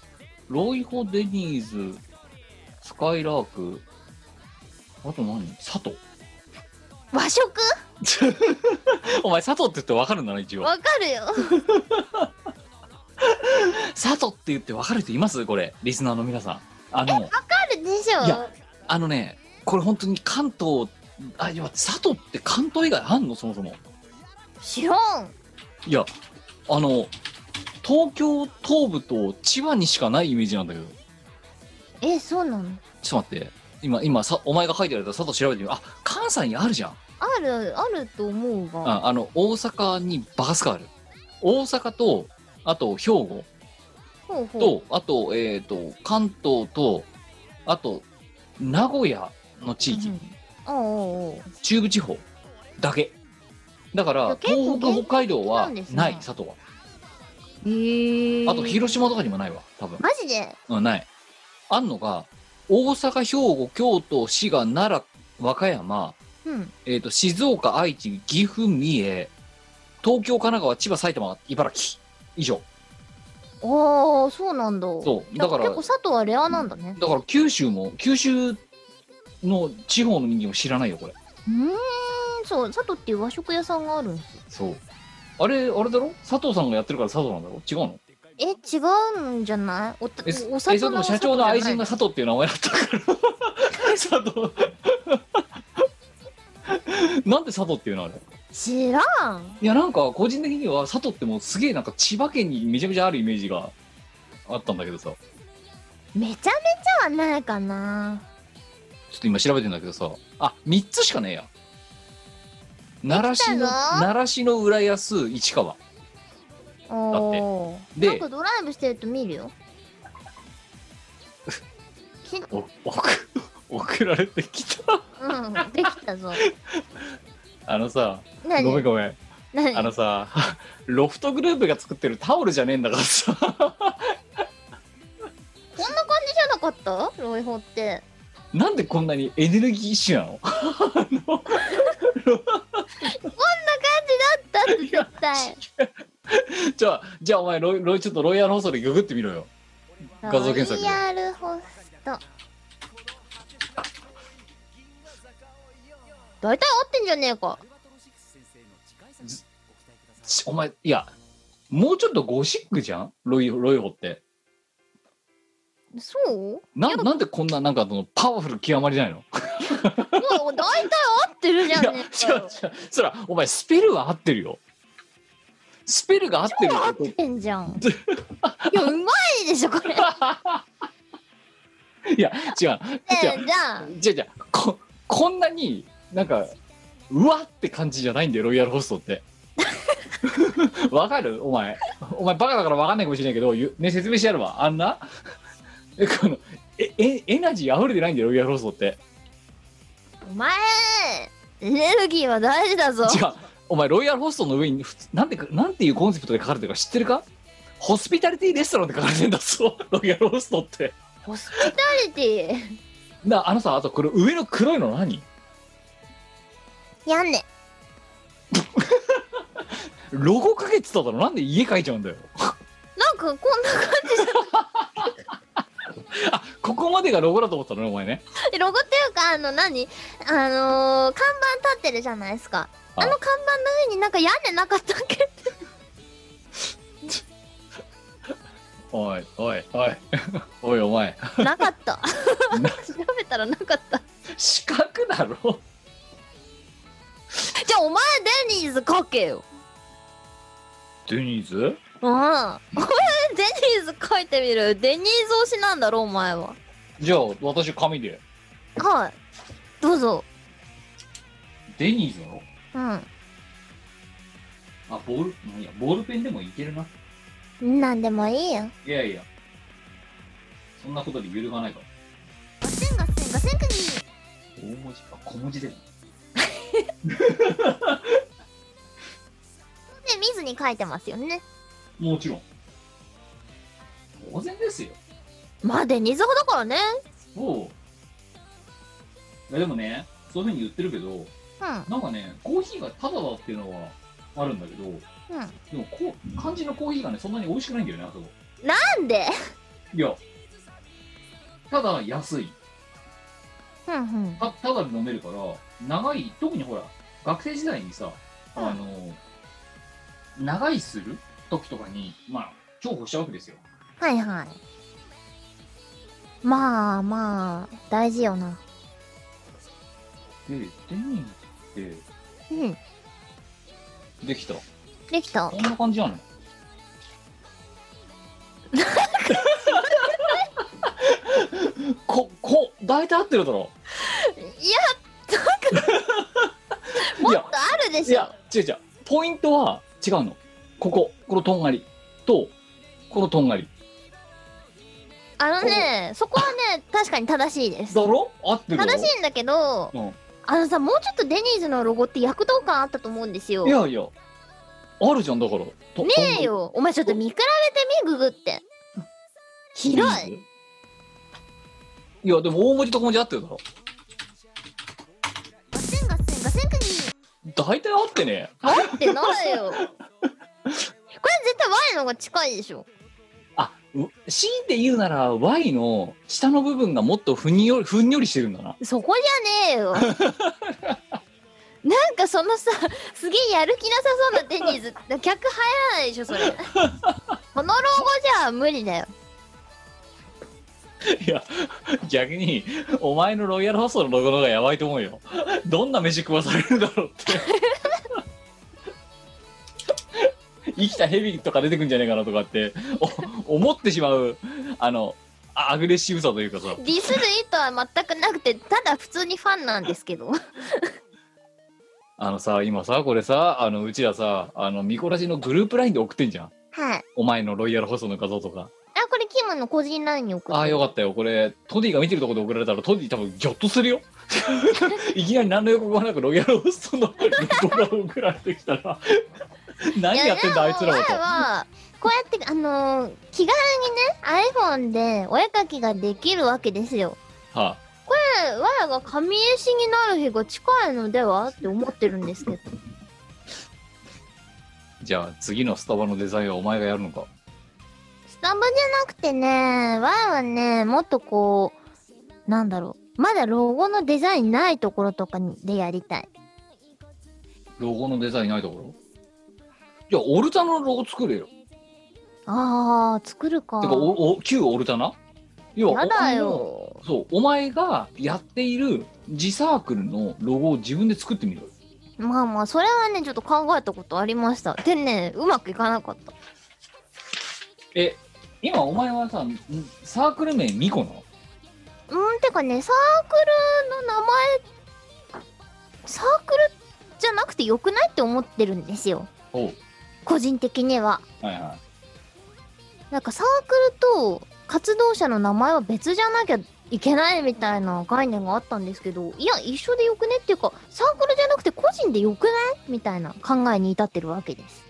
Speaker 3: ロイホデニーズスカイラークあと何佐 藤
Speaker 4: 和食
Speaker 3: お前佐藤って言って分かるんだな一応
Speaker 4: わかるよ
Speaker 3: 佐藤って言って分かる人いますこれリスナーの皆さんあの
Speaker 4: あるでしょ
Speaker 3: いやあのねこれ本当に関東あいや佐藤って関東以外あんのそもそも
Speaker 4: 知らん
Speaker 3: いやあの東京東部と千葉にしかないイメージなんだけど
Speaker 4: えそうなの
Speaker 3: ちょっと待って今今さお前が書いてあるやつ佐藤調べてみるあ関西にあるじゃん
Speaker 4: あるあると思うが
Speaker 3: ああの大阪にバカスカある大阪とあと兵庫
Speaker 4: ほうほう
Speaker 3: とあとえっ、と関東とあと名古屋の地域、
Speaker 4: うんおうおうおう
Speaker 3: 中部地方だけだか
Speaker 4: い
Speaker 3: ら
Speaker 4: や結構
Speaker 3: 東北北海道は
Speaker 4: 限定的
Speaker 3: な
Speaker 4: なん
Speaker 3: い
Speaker 4: です
Speaker 3: 佐藤は
Speaker 4: えー
Speaker 3: あと広島とかにもないわ多分、
Speaker 4: マジで
Speaker 3: うん、ないあんのが大阪兵庫京都滋賀奈良和歌山、
Speaker 4: うん
Speaker 3: えー、と静岡愛知岐阜三重東京神奈川千葉埼玉茨城以上
Speaker 4: ああそうなんだ
Speaker 3: そうだから
Speaker 4: 結構佐藤はレアなんだね
Speaker 3: だから九州も九州の地方の人間を知らないよこれ
Speaker 4: うーんそう佐渡っていう和食屋さんがあるんですよ
Speaker 3: そうあれあれだろ佐藤さんがやってるから佐藤なんだろ違うの
Speaker 4: え違うんじゃないおた
Speaker 3: えす
Speaker 4: おお里
Speaker 3: えそれと
Speaker 4: の
Speaker 3: も社長の愛人が
Speaker 4: 佐渡じゃない
Speaker 3: 佐藤っていう名前だったから 佐藤なんで佐藤 っていうのあれ
Speaker 4: 知らん
Speaker 3: いやなんか個人的には佐藤ってもうすげえなんか千葉県にめちゃめちゃあるイメージがあったんだけどさ
Speaker 4: めちゃめちゃはないかな
Speaker 3: ちょっと今調べてんだけどさあ三3つしかねえや習志
Speaker 4: で
Speaker 3: 野
Speaker 4: きたの
Speaker 3: 習志野浦安市川
Speaker 4: おー
Speaker 3: で
Speaker 4: なんかドライブしてると見る よき
Speaker 3: お送 送られてきた
Speaker 4: うんできた ぞ
Speaker 3: あのさ
Speaker 4: 何
Speaker 3: ごめんごめん
Speaker 4: 何
Speaker 3: あのさ ロフトグループが作ってるタオルじゃねえんだからさ
Speaker 4: こんな感じじゃなかったロイホって
Speaker 3: なんでこんなにエネルギッシュなの
Speaker 4: だって絶対
Speaker 3: じゃあじゃあお前ロイロイちょっとロイヤル放送でググってみろよ 画像検索
Speaker 4: ロイヤルホスト大体合ってんじゃねえか
Speaker 3: ちお前いやもうちょっとゴシックじゃんロイロイホって
Speaker 4: そうも
Speaker 3: ななんでこんななんかそのパワフル極まりないの
Speaker 4: う大体合ってるじゃ
Speaker 3: いや違う
Speaker 4: ねえかよ
Speaker 3: 違うそらお前スペルは合ってるよスペルが合ってる
Speaker 4: 合
Speaker 3: よ
Speaker 4: ってんじゃんいやうまいでしょこれ
Speaker 3: いや違う
Speaker 4: え
Speaker 3: 違う
Speaker 4: じゃあ
Speaker 3: じゃじゃここんなになんかうわって感じじゃないんだよロイヤルホストってわかるお前お前バカだからわかんないかもしれないけどゆね説明してやるわあんな このええエナジー溢れてないんだよロイヤルホストって
Speaker 4: お前エネルギーは大事だぞ
Speaker 3: 違うお前ロイヤルホストの上にふつなんてかなんていうコンセプトで書かれてるか知ってるかホスピタリティレストランって書かれてんだぞ ロイヤルホストって
Speaker 4: ホスピタリティ
Speaker 3: なあのさあとこれ上の黒いの何
Speaker 1: やんね
Speaker 3: ロゴかけてただろなんで家書いちゃうんだよ
Speaker 4: なんかこんな感じじゃ
Speaker 3: あここまでがロゴだと思ったのねお前ね
Speaker 4: ないロゴっていうかあの何あのー看板立ってるじゃないですか
Speaker 3: あ
Speaker 4: あの看板の上になんか屋根なかったっけ
Speaker 3: おいおいおい おいお前
Speaker 4: なかった調 べたらなかった
Speaker 3: 四角だろ
Speaker 4: じゃあお前デニーズ書けよ
Speaker 3: デニーズ
Speaker 4: うんお前デニーズ書いてみるデニーズ推しなんだろお前は
Speaker 3: じゃあ私紙で
Speaker 4: はいどうぞ
Speaker 3: デニーズなの
Speaker 4: う
Speaker 3: あボールいやボールペンでもいけるなん
Speaker 4: なんでもいいよ
Speaker 3: いやいやそんなことで揺るがないから
Speaker 1: ガセンガセンガセンクギ
Speaker 3: 大文字か小文字でも
Speaker 4: で見ずに書いてますよね
Speaker 3: もちろん当然ですよ
Speaker 4: まあデニーズ派だからね
Speaker 3: そういやでもねそういうふうに言ってるけど
Speaker 4: う
Speaker 3: なんかねコーヒーがタダだっていうのはあるんだけど
Speaker 4: んうん
Speaker 3: でもこう漢字のコーヒーがねそんなに美味しくないんだよねあそこ
Speaker 4: なんで
Speaker 3: いやただ安い
Speaker 4: うんうん
Speaker 3: たただで飲めるから長い特にほら学生時代にさあの長いする時とかにまあ重宝したわけですよ
Speaker 4: はいはいまあまあ大事よな
Speaker 3: でデニーズっ
Speaker 4: うん
Speaker 3: てできた
Speaker 4: できた
Speaker 3: こんな感じなの こ、こ、大体合ってるだろ
Speaker 4: いや
Speaker 3: いや、
Speaker 4: あるで
Speaker 3: い
Speaker 4: しょ
Speaker 3: や、違う違う。ポイントは違うの。ここ、このとんがりと、このとんがり。
Speaker 4: あのねそこはね確かに正しいです
Speaker 3: だろ合ってるだろ
Speaker 4: 正しいんだけど、
Speaker 3: うん
Speaker 4: あのさもうちょっとデニーズのロゴって躍動感あったと思うんですよ
Speaker 3: い
Speaker 4: ね
Speaker 3: やいや、あるじゃん、だから。ね
Speaker 4: え。よお前ちょっと見比べてみググ って
Speaker 3: とん
Speaker 4: 広い
Speaker 3: いいや、でも大文字と小文字合ってるだろ。
Speaker 1: ガセンガセンガセンクギ
Speaker 3: 大体合ってね。
Speaker 4: あってなるよこれ絶対 Y の方が近いでしょ
Speaker 3: あ、う強いて言うなら Y の下の部分がもっとふによりふんよりしてるんだな
Speaker 4: そこじゃね えよなんかそのさすげえやる気なさそうなデニーズ客入らないでしょそ れこの老後じゃ無理だよ
Speaker 3: いや逆にお前のロイヤルホストのロゴの方がやばいと思うよどんな飯食わされるだろ うって生きたヘビとか出てくんじゃねえかなとかってお思ってしまうあのアグレッシブさというかさ
Speaker 4: ディスる意図は全くなくてただ普通にファンなんですけど
Speaker 3: あのさ今さこれさあのうちらさあのミコラジのグループラインで送ってんじゃん
Speaker 4: はい
Speaker 3: お前のロイヤルホストの画像とか
Speaker 4: あこれキムの個人 LINE に送
Speaker 3: ああ
Speaker 4: る
Speaker 3: よかったよこれトディが見てるところで送られたらトディ多分ギョッと するよいきなり何の予告もなくロイヤルホストのロゴが送られてき たら何やってんだあいつら
Speaker 4: 前
Speaker 3: はと
Speaker 4: はこうやってあのー気軽にね iPhone でお絵描きができるわけですよ
Speaker 3: は
Speaker 4: でわらが神絵師になる日が近いのではって思ってるんですけど
Speaker 3: いじゃあ次のスタバのデザインはお前がやるのか
Speaker 4: スタバじゃなくてね、ワンはね、もっとこう、なんだろう。まだロゴのデザインないところとかにでやりたい。
Speaker 3: ロゴのデザインないところいやオルタナのロゴ作れよ
Speaker 4: あー、作るか。
Speaker 3: てかおお旧オルタナいや
Speaker 4: やだよ。
Speaker 3: そうお前がやっているジサークルのロゴを自分で作ってみろよ
Speaker 4: まあまあ、それはね、ちょっと考えたことありました。でね、うまくいかなかった。
Speaker 3: え今お前はさんサークル名ミコなの
Speaker 4: うん、てかね、サークルの名前、サークルじゃなくてよくないって思ってるんですよ。
Speaker 3: おう
Speaker 4: 個人的には。
Speaker 3: はいは
Speaker 4: なんかサークルと活動者の名前は別じゃなきゃいけないみたいな概念があったんですけどいや一緒でよくねっていうかサークルじゃなくて個人でよくないみたいな考えに至ってるわけです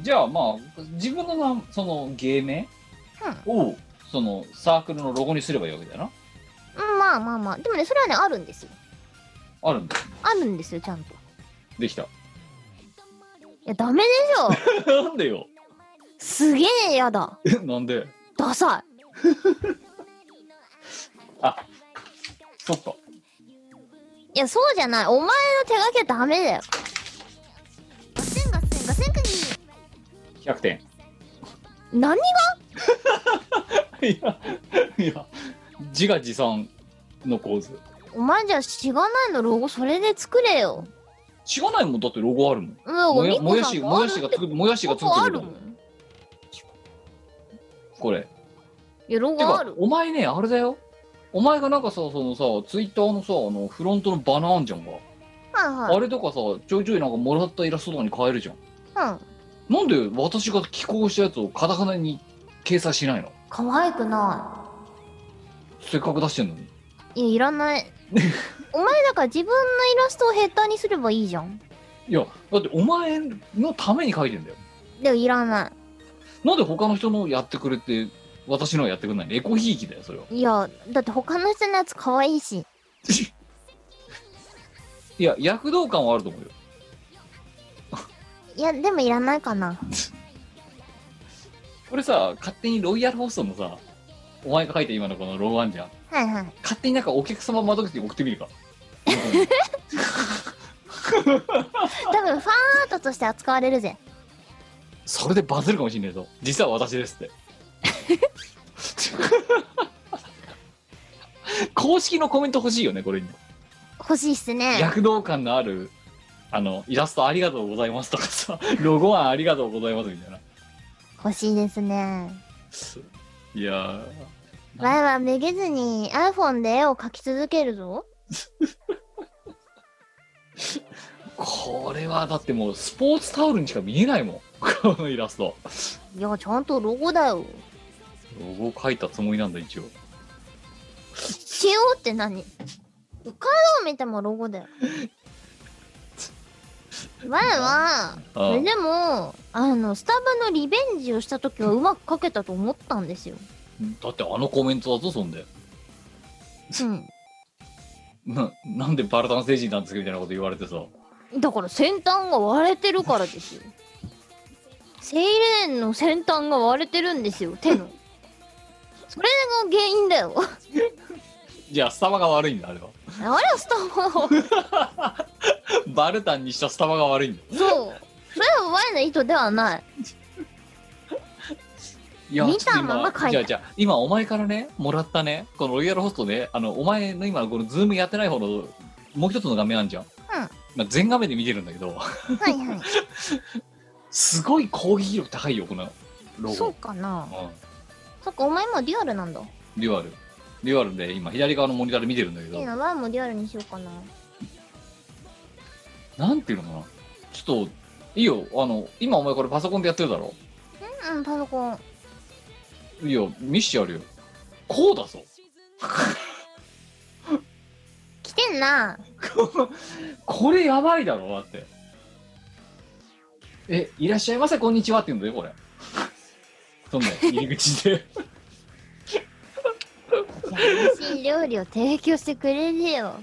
Speaker 3: いじゃあまあ自分のなその芸名をそのサークルのロゴにすればいいわけだよな
Speaker 4: うんまあまあまあでもねそれはねあるんですよ
Speaker 3: あるんだ
Speaker 4: あるんですよちゃんとい
Speaker 3: できた
Speaker 4: やダメでしょ
Speaker 3: なんでよ
Speaker 4: すげえやだ
Speaker 3: なんで
Speaker 4: ダサい
Speaker 3: あそっか
Speaker 4: いやそうじゃないお前の手書きはダメだよ
Speaker 1: ガセンガセンガセンクギ
Speaker 3: 100点
Speaker 4: 何が
Speaker 3: いやいや自画自賛の構図
Speaker 4: お前じゃあしがないのロゴそれで作れよ
Speaker 3: しがないもんだってロゴあるもん
Speaker 4: うん
Speaker 3: も
Speaker 4: おみ
Speaker 3: やも
Speaker 4: こ
Speaker 3: や
Speaker 4: さん
Speaker 3: し
Speaker 4: も
Speaker 3: も
Speaker 4: あ
Speaker 3: や
Speaker 4: る
Speaker 3: しが
Speaker 4: って
Speaker 3: つくもやしが
Speaker 4: こ
Speaker 3: つく
Speaker 4: とあ
Speaker 3: って
Speaker 4: る
Speaker 3: る
Speaker 4: もん
Speaker 3: これ
Speaker 4: いやロ
Speaker 3: て
Speaker 4: ゴあ
Speaker 3: か
Speaker 4: る
Speaker 3: お前ねあれだよお前がなんかさそのさツイッターのさあのフロントのバナーあんじゃんか、
Speaker 4: はいはい
Speaker 3: あれとかさちょいちょいなんかもらったイラストとかに変えるじゃん
Speaker 4: うん。
Speaker 3: なんで私が寄稿したやつをカタカナに掲載しないの
Speaker 4: 可愛くな
Speaker 3: せっかく出してんのに
Speaker 4: い。いや、いら ない。お前だから自分のイラストをヘッダーにすればいいじゃん。
Speaker 3: いやだってお前のために書いてんだよ
Speaker 4: でもいらな。
Speaker 3: なんで他の人のやってくれて私のはやってくれないのエコひいきだよそれはい
Speaker 4: いや、だって他の人のやつ可愛いし。
Speaker 3: いや躍動感はあると思うよ
Speaker 4: いや、でもいらないかな。
Speaker 3: これさ勝手にロイヤルホストのさお前が書いた今のこのロゴあんじゃん
Speaker 4: はいはい。
Speaker 3: 勝手になんかお客様窓口に送ってみるか
Speaker 4: 多分ファンアートとして扱われるぜ。
Speaker 3: それでバズるかもしんないぞ実は私ですって公式のコメント欲しいよねこれに
Speaker 4: 欲しいっすね。
Speaker 3: 躍動感のあるあのイラストありがとうございますとかさ ロゴ案ありがとうございますみたいな
Speaker 4: 欲しいですね。
Speaker 3: いやー
Speaker 4: わいはめげずに iPhone で絵を描き続けるぞ。
Speaker 3: これはだってもうスポーツタオルにしか見えないもんこのイラスト
Speaker 4: いや、ちゃんとロゴだよ。
Speaker 3: ロゴ描いたつもりなんだ一応
Speaker 4: しようって何カードを見てもロゴ だよ。わいは、
Speaker 3: ああ
Speaker 4: えでもあのスタバのリベンジをした時はうまく書けたと思ったんです よ。
Speaker 3: だってあのコメントだぞそんで
Speaker 4: う
Speaker 3: ななんでバルタン星人なんですかみたいなこと言われてさ
Speaker 4: ん、だから先端が割れてるからですよ。セイレーンの先端が割れてるんですよ 手のそれが原因だよ
Speaker 3: じゃあスタバが悪いんだあれは
Speaker 4: あれはスタバを
Speaker 3: バルタンにしたスタバが悪いんだ
Speaker 4: そうそれはお前の意図ではない
Speaker 3: いや
Speaker 4: 見た
Speaker 3: ちょっと今
Speaker 4: まま書いた
Speaker 3: じゃあじゃあ今お前からねもらったねこのロイヤルホストねあのお前の今このズームやってない方のもう一つの画面あんじゃん、まあ、全画面で見てるんだけど
Speaker 4: はいはい
Speaker 3: すごい攻撃力高いよこのロゴ
Speaker 4: そうかな
Speaker 3: うん
Speaker 4: そっかお前もデュアルなんだ
Speaker 3: デュアル。デュアルで今左側のモニターで見てるんだけ
Speaker 4: いい
Speaker 3: ど、
Speaker 4: なワンもデュアルにしようかな
Speaker 3: なんていうのかなちょっと、いいよ、あの、今お前これパソコンでやってるだろ
Speaker 4: うんうんパソコン
Speaker 3: いいよ、見してやるよ。こうだぞ。
Speaker 4: 来てんな
Speaker 3: これやばいだろ、だって。え、いらっしゃいませ、こんにちはって言うんだよ、これ。そんな入り口で。
Speaker 4: 美味しい料理を提供してくれるよ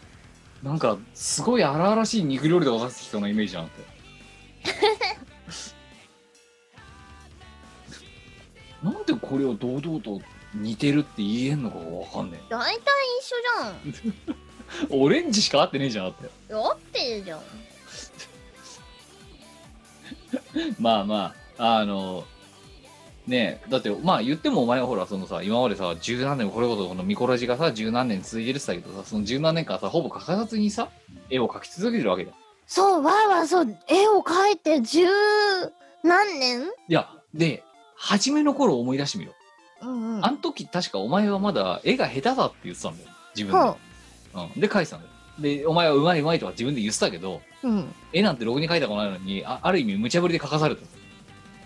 Speaker 3: なんか、すごい荒々しい肉料理で出してきそうなイメージ なんて。なんでこれを堂々と似てるって言えんのかがわかんねえ。
Speaker 4: 大体一緒じ
Speaker 3: オレンジしか合ってねえじゃんだって
Speaker 4: ゃん合ってるじゃん
Speaker 3: まあまああのねえだってまあ言ってもお前はほらそのさ今までさ十何年これこそこのミコラジがさ十何年続いてるって言ってたけどさその十何年間さほぼ欠かさずにさ絵を描き続けてるわけだ
Speaker 4: そうわいはそう絵を描いて十何年
Speaker 3: いやで初めの頃思い出してみろ
Speaker 4: うんうん
Speaker 3: あの時確かお前はまだ絵が下手だって言ってたんだよ自分
Speaker 4: ほ
Speaker 3: で、うん、で描いてたんだよでお前はうまいうまいとか自分で言ってたけど
Speaker 4: ううん
Speaker 3: 絵なんてろくに描いたことないのにあある意味無茶ぶりで描かされた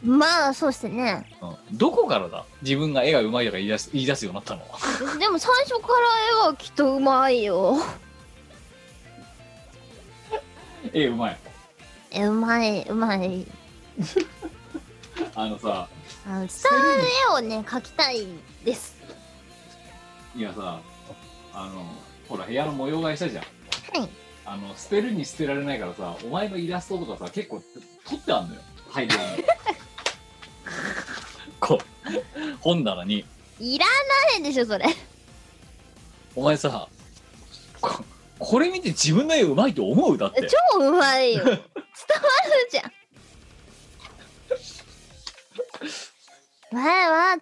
Speaker 4: まあそうしてね
Speaker 3: うんどこからだ自分が絵がうまいとか言い出す言い出すようになったの
Speaker 4: でも最初から絵はきっとうまいよ。
Speaker 3: 絵うまい
Speaker 4: え、うまい、うまい。
Speaker 3: あのさ
Speaker 4: あの伝わる絵をね、描きたいです。
Speaker 3: いやさあのほら部屋の模様替えしたじゃん
Speaker 4: はい。
Speaker 3: あの捨てるに捨てられないからさお前のイラストとかさ結構取ってあんのよ大量に こう本棚に
Speaker 4: いらないでしょ、それ。
Speaker 3: お前さここれ見て自分の絵うまいと思うだって
Speaker 4: 超うまいよ。伝わるじゃん。わいは伝わる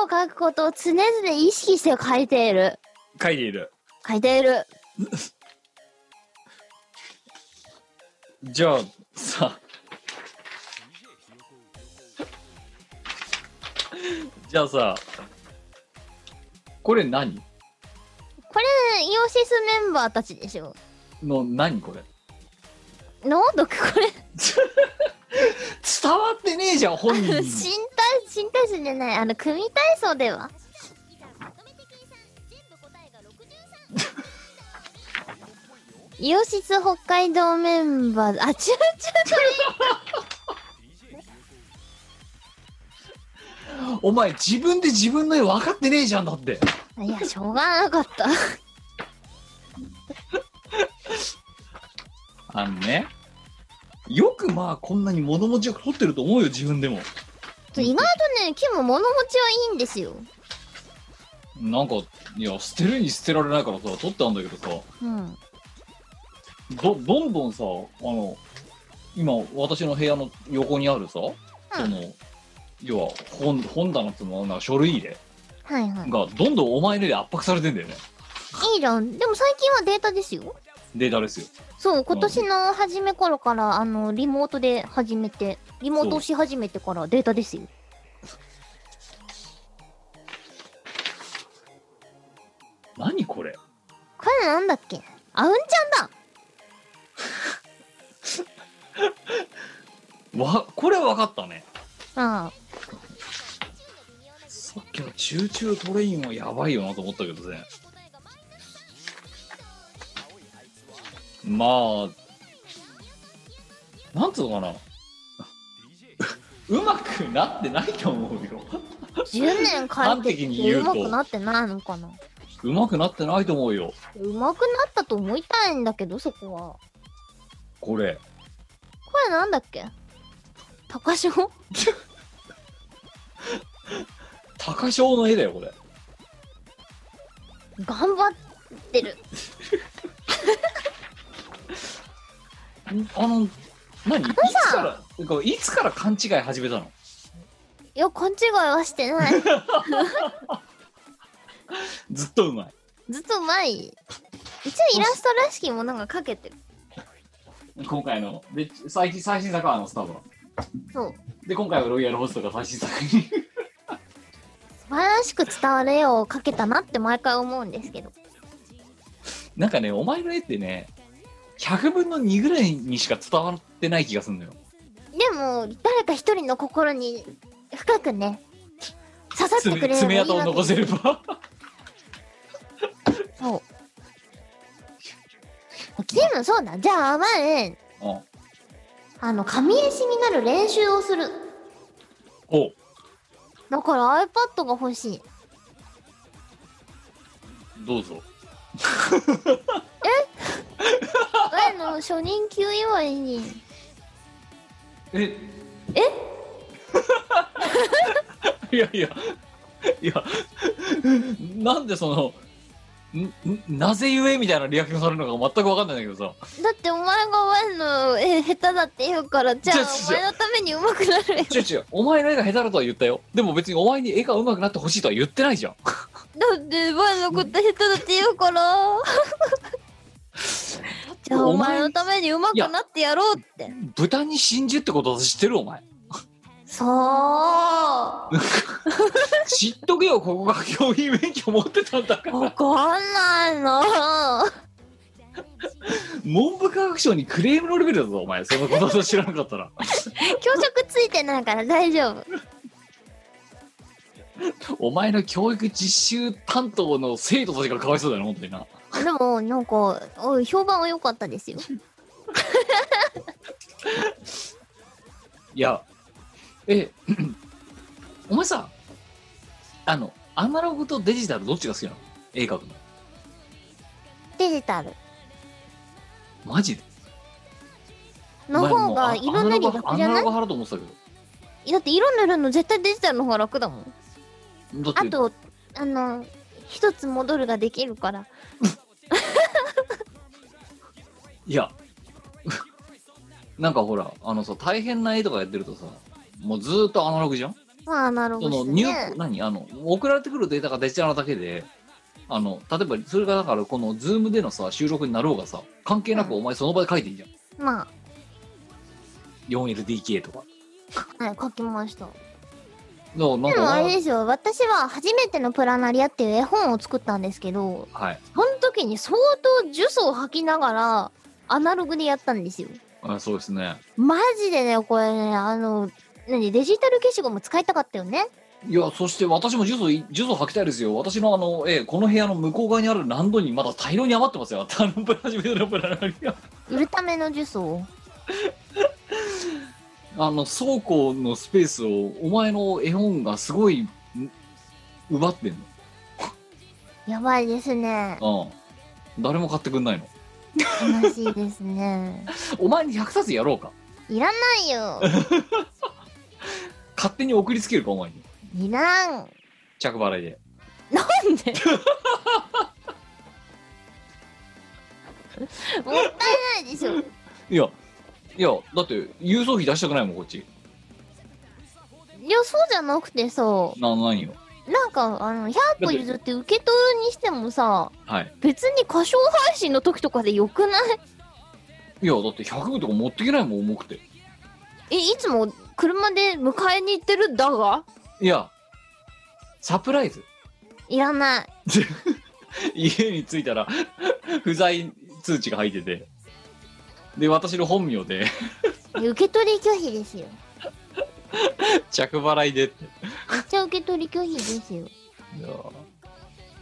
Speaker 4: 絵を描くことを常々意識して描いている。
Speaker 3: 書いている
Speaker 4: 描いている。
Speaker 3: じゃあさじゃあさこれ何
Speaker 4: これ、イオシスメンバーたちでしょ。
Speaker 3: の何これ
Speaker 4: 脳毒これ。
Speaker 3: 伝わってねえじゃん本
Speaker 4: 新
Speaker 3: 人
Speaker 4: 体
Speaker 3: に
Speaker 4: 新体操じゃないあの組体操で はイオシス北海道メンバーあチューチ
Speaker 3: お前自分で自分の絵分かってねえじゃんだって
Speaker 4: ューいやしょうがなかった
Speaker 3: あのねよくまあこんなに物持ちよく撮ってると思うよ自分でも
Speaker 4: そう意外とねキム物持ちはいいんですよ
Speaker 3: なんかいや捨てるに捨てられないからさ撮ってあんだけどさ
Speaker 4: うん
Speaker 3: どどんどんさあの今私の部屋の横にあるさ、その要は本本棚っていうのはな書類入れ
Speaker 4: はいはい
Speaker 3: がどんどんお前の絵で圧迫されてんだよね
Speaker 4: いいじゃんでも最近はデータですよ
Speaker 3: データですよ
Speaker 4: そう今年の初め頃からあのリモートで始めてリモートをし始めてからデータですよ
Speaker 3: 何これ
Speaker 4: これなんだっけあうんちゃんだ
Speaker 3: わこれ分かったね
Speaker 4: ああ
Speaker 3: さっきのチューチュートレインはやばいよなと思ったけどねまあなんつうのかなうまくなってないと思うよ
Speaker 4: 10年書いてきてうまくなってないのかな
Speaker 3: うまくなってないと思うよ
Speaker 4: うまくなったと思いたいんだけどそこは
Speaker 3: これ
Speaker 4: これなんだっけ高潮
Speaker 3: 高翔の絵だよこれ
Speaker 4: 頑張ってる。
Speaker 3: あの何い
Speaker 4: のさ
Speaker 3: つからこういつから勘違い始めたの
Speaker 4: いや、勘違いはしてない。
Speaker 3: ずっとうまい
Speaker 4: ずっと前に。一応イラストらしきものがかけてる。
Speaker 3: 今回ので最近最新作はあのスタバ
Speaker 4: そう。
Speaker 3: で今回はロイヤルホストが最新作に
Speaker 4: 素晴らしく伝わる絵を描けたなって毎回思うんですけど。
Speaker 3: なんかねお前の絵ってね100分の2ぐらいにしか伝わってない気がするのよ
Speaker 4: でも、誰か一人の心に深くね、刺さって
Speaker 3: 爪
Speaker 4: くれる
Speaker 3: 爪痕を残せれば
Speaker 4: そう。でもそうだ。じゃあ、前、
Speaker 3: うん
Speaker 4: あの、紙絵師になる練習をする。
Speaker 3: おう
Speaker 4: だから iPad が欲し い。
Speaker 3: どうぞ
Speaker 4: 前の初任給祝いに。
Speaker 3: ええ いやいやいやなんでそのんんなぜゆえみたいなリアクションされるのか全く分かんないんだけどさ
Speaker 4: だってお前が前の絵下手だって言うから、じゃあ
Speaker 3: じゃあじゃあ
Speaker 4: お前のために上手くなるよ。
Speaker 3: 違う違うお前の絵が下手だとは言ったよでも別にお前に絵が上手くなってほしいとは言ってないじゃん
Speaker 4: だって前のこと下手だって言うから じゃあお前のために上手くなってやろうって
Speaker 3: 豚に真珠ってこと知ってるお前
Speaker 4: そうわ
Speaker 3: 知っとけよここが教員免許持ってたんだから
Speaker 4: かんないな
Speaker 3: 文部科学省にクレームのレベルだぞお前そのこと知らなかったら
Speaker 4: 教職ついてないから大丈夫
Speaker 3: お前の教育実習担当の生徒たちがかわいそうだよな本当にな
Speaker 4: でもなんかおい評判は良かったですよ
Speaker 3: いやえ お前さあのアナログとデジタルどっちが好きなの絵描くの
Speaker 4: デジタル
Speaker 3: マジで
Speaker 4: の方が
Speaker 3: お前もうあ
Speaker 4: 色塗り
Speaker 3: ア
Speaker 4: 楽じゃ
Speaker 3: ナログ
Speaker 4: ない
Speaker 3: 派だと思ってたけど
Speaker 4: だって色塗るの絶対デジタルの方が楽だもん
Speaker 3: だって
Speaker 4: あとあの一つ戻るができるから
Speaker 3: いや なんかほらあのさ大変な絵とかやってるとさもうずーっとアナログじゃん
Speaker 4: まあアナログ
Speaker 3: そ
Speaker 4: で
Speaker 3: の
Speaker 4: す
Speaker 3: 入
Speaker 4: ね
Speaker 3: 何あの送られてくるデータがデジタルだけであの例えばそれがだからこのズームでのさ収録になろうがさ関係なく
Speaker 4: うん
Speaker 3: お前その場で書いていいじゃん、
Speaker 4: ま
Speaker 3: 4LDK とか
Speaker 4: あはい書きました
Speaker 3: だからなん
Speaker 4: でもあ
Speaker 3: かお
Speaker 4: れ
Speaker 3: 前
Speaker 4: ですよ私は初めてのプラナリアっていう絵本を作ったんですけど
Speaker 3: はい
Speaker 4: その時に相当呪詛を吐きながらアナログでやったんですよ
Speaker 3: あそうですね
Speaker 4: マジでねこれねあの何デジタル消しゴム使いたかったよね
Speaker 3: いやそして私も呪詛呪詛吐きたいですよ私のあのえこの部屋の向こう側にある何度にまだ大量に余ってますよ あのブラジルのブラナリア
Speaker 4: 売るための呪詛を
Speaker 3: あの倉庫のスペースをお前の絵本がすごいん奪ってん
Speaker 4: やばいですね
Speaker 3: の、うん、誰も買ってくんないの
Speaker 4: 悲しいですね
Speaker 3: お前に100冊やろうか
Speaker 4: いらないよ
Speaker 3: 勝手に送りつけるかお前に
Speaker 4: いらん
Speaker 3: 着払いで
Speaker 4: なんで もったいないでしょ
Speaker 3: いやいやだって郵送費出したくないもんこっち
Speaker 4: いやそうじゃなくてさ
Speaker 3: な何よ
Speaker 4: なんかあの100歩譲って受け取るにしてもさ
Speaker 3: はい
Speaker 4: 別に歌唱配信の時とかでよくない
Speaker 3: いやだって100部とか持ってけないもん重くて
Speaker 4: えいつも車で迎えに行ってるんだが
Speaker 3: いやサプライズ
Speaker 4: いらない
Speaker 3: 家に着いたら 不在通知が入っててで私の本名で
Speaker 4: 受け取り拒否ですよ
Speaker 3: 着払いでって
Speaker 4: めっちゃ受け取り拒否です よ
Speaker 3: いや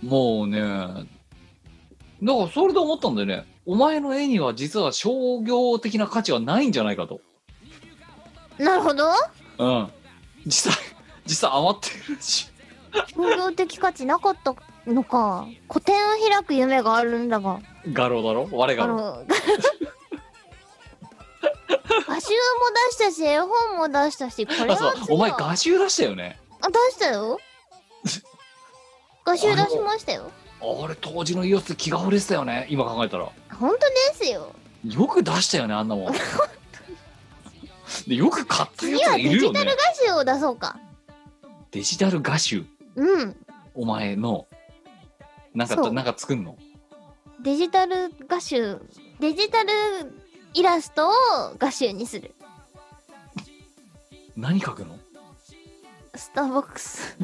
Speaker 3: もうねだからそれで思ったんだよねお前の絵には実は商業的な価値はないんじゃないかと
Speaker 4: なるほど
Speaker 3: うん実際 実際余ってるし
Speaker 4: 商業的価値なかったのか個展を開く夢があるんだが
Speaker 3: 画廊だろ我
Speaker 4: あ
Speaker 3: 画廊
Speaker 4: の画画集も出したし、絵本も出したし、これは
Speaker 3: あ、そう、
Speaker 4: 次は
Speaker 3: お前画集出したよね。
Speaker 4: あ、出したよ。画集出しましたよ。
Speaker 3: あれ、当時のイオス気が惚れてたよね。今考えたら。
Speaker 4: 本当ですよ。
Speaker 3: よく出したよね、あんな もん。でよく買ってる
Speaker 4: 次
Speaker 3: や
Speaker 4: は
Speaker 3: つが
Speaker 4: デ
Speaker 3: いる
Speaker 4: ジ
Speaker 3: よ
Speaker 4: タル
Speaker 3: ね。
Speaker 4: 画集を出そうか。
Speaker 3: デジタル画集。
Speaker 4: うん。
Speaker 3: お前の。なんか
Speaker 4: そ
Speaker 3: と、
Speaker 4: う
Speaker 3: なんか作んの。
Speaker 4: デジタル画集、デジタルイラストを画集にする。
Speaker 3: 何書くの
Speaker 4: スターバック ス。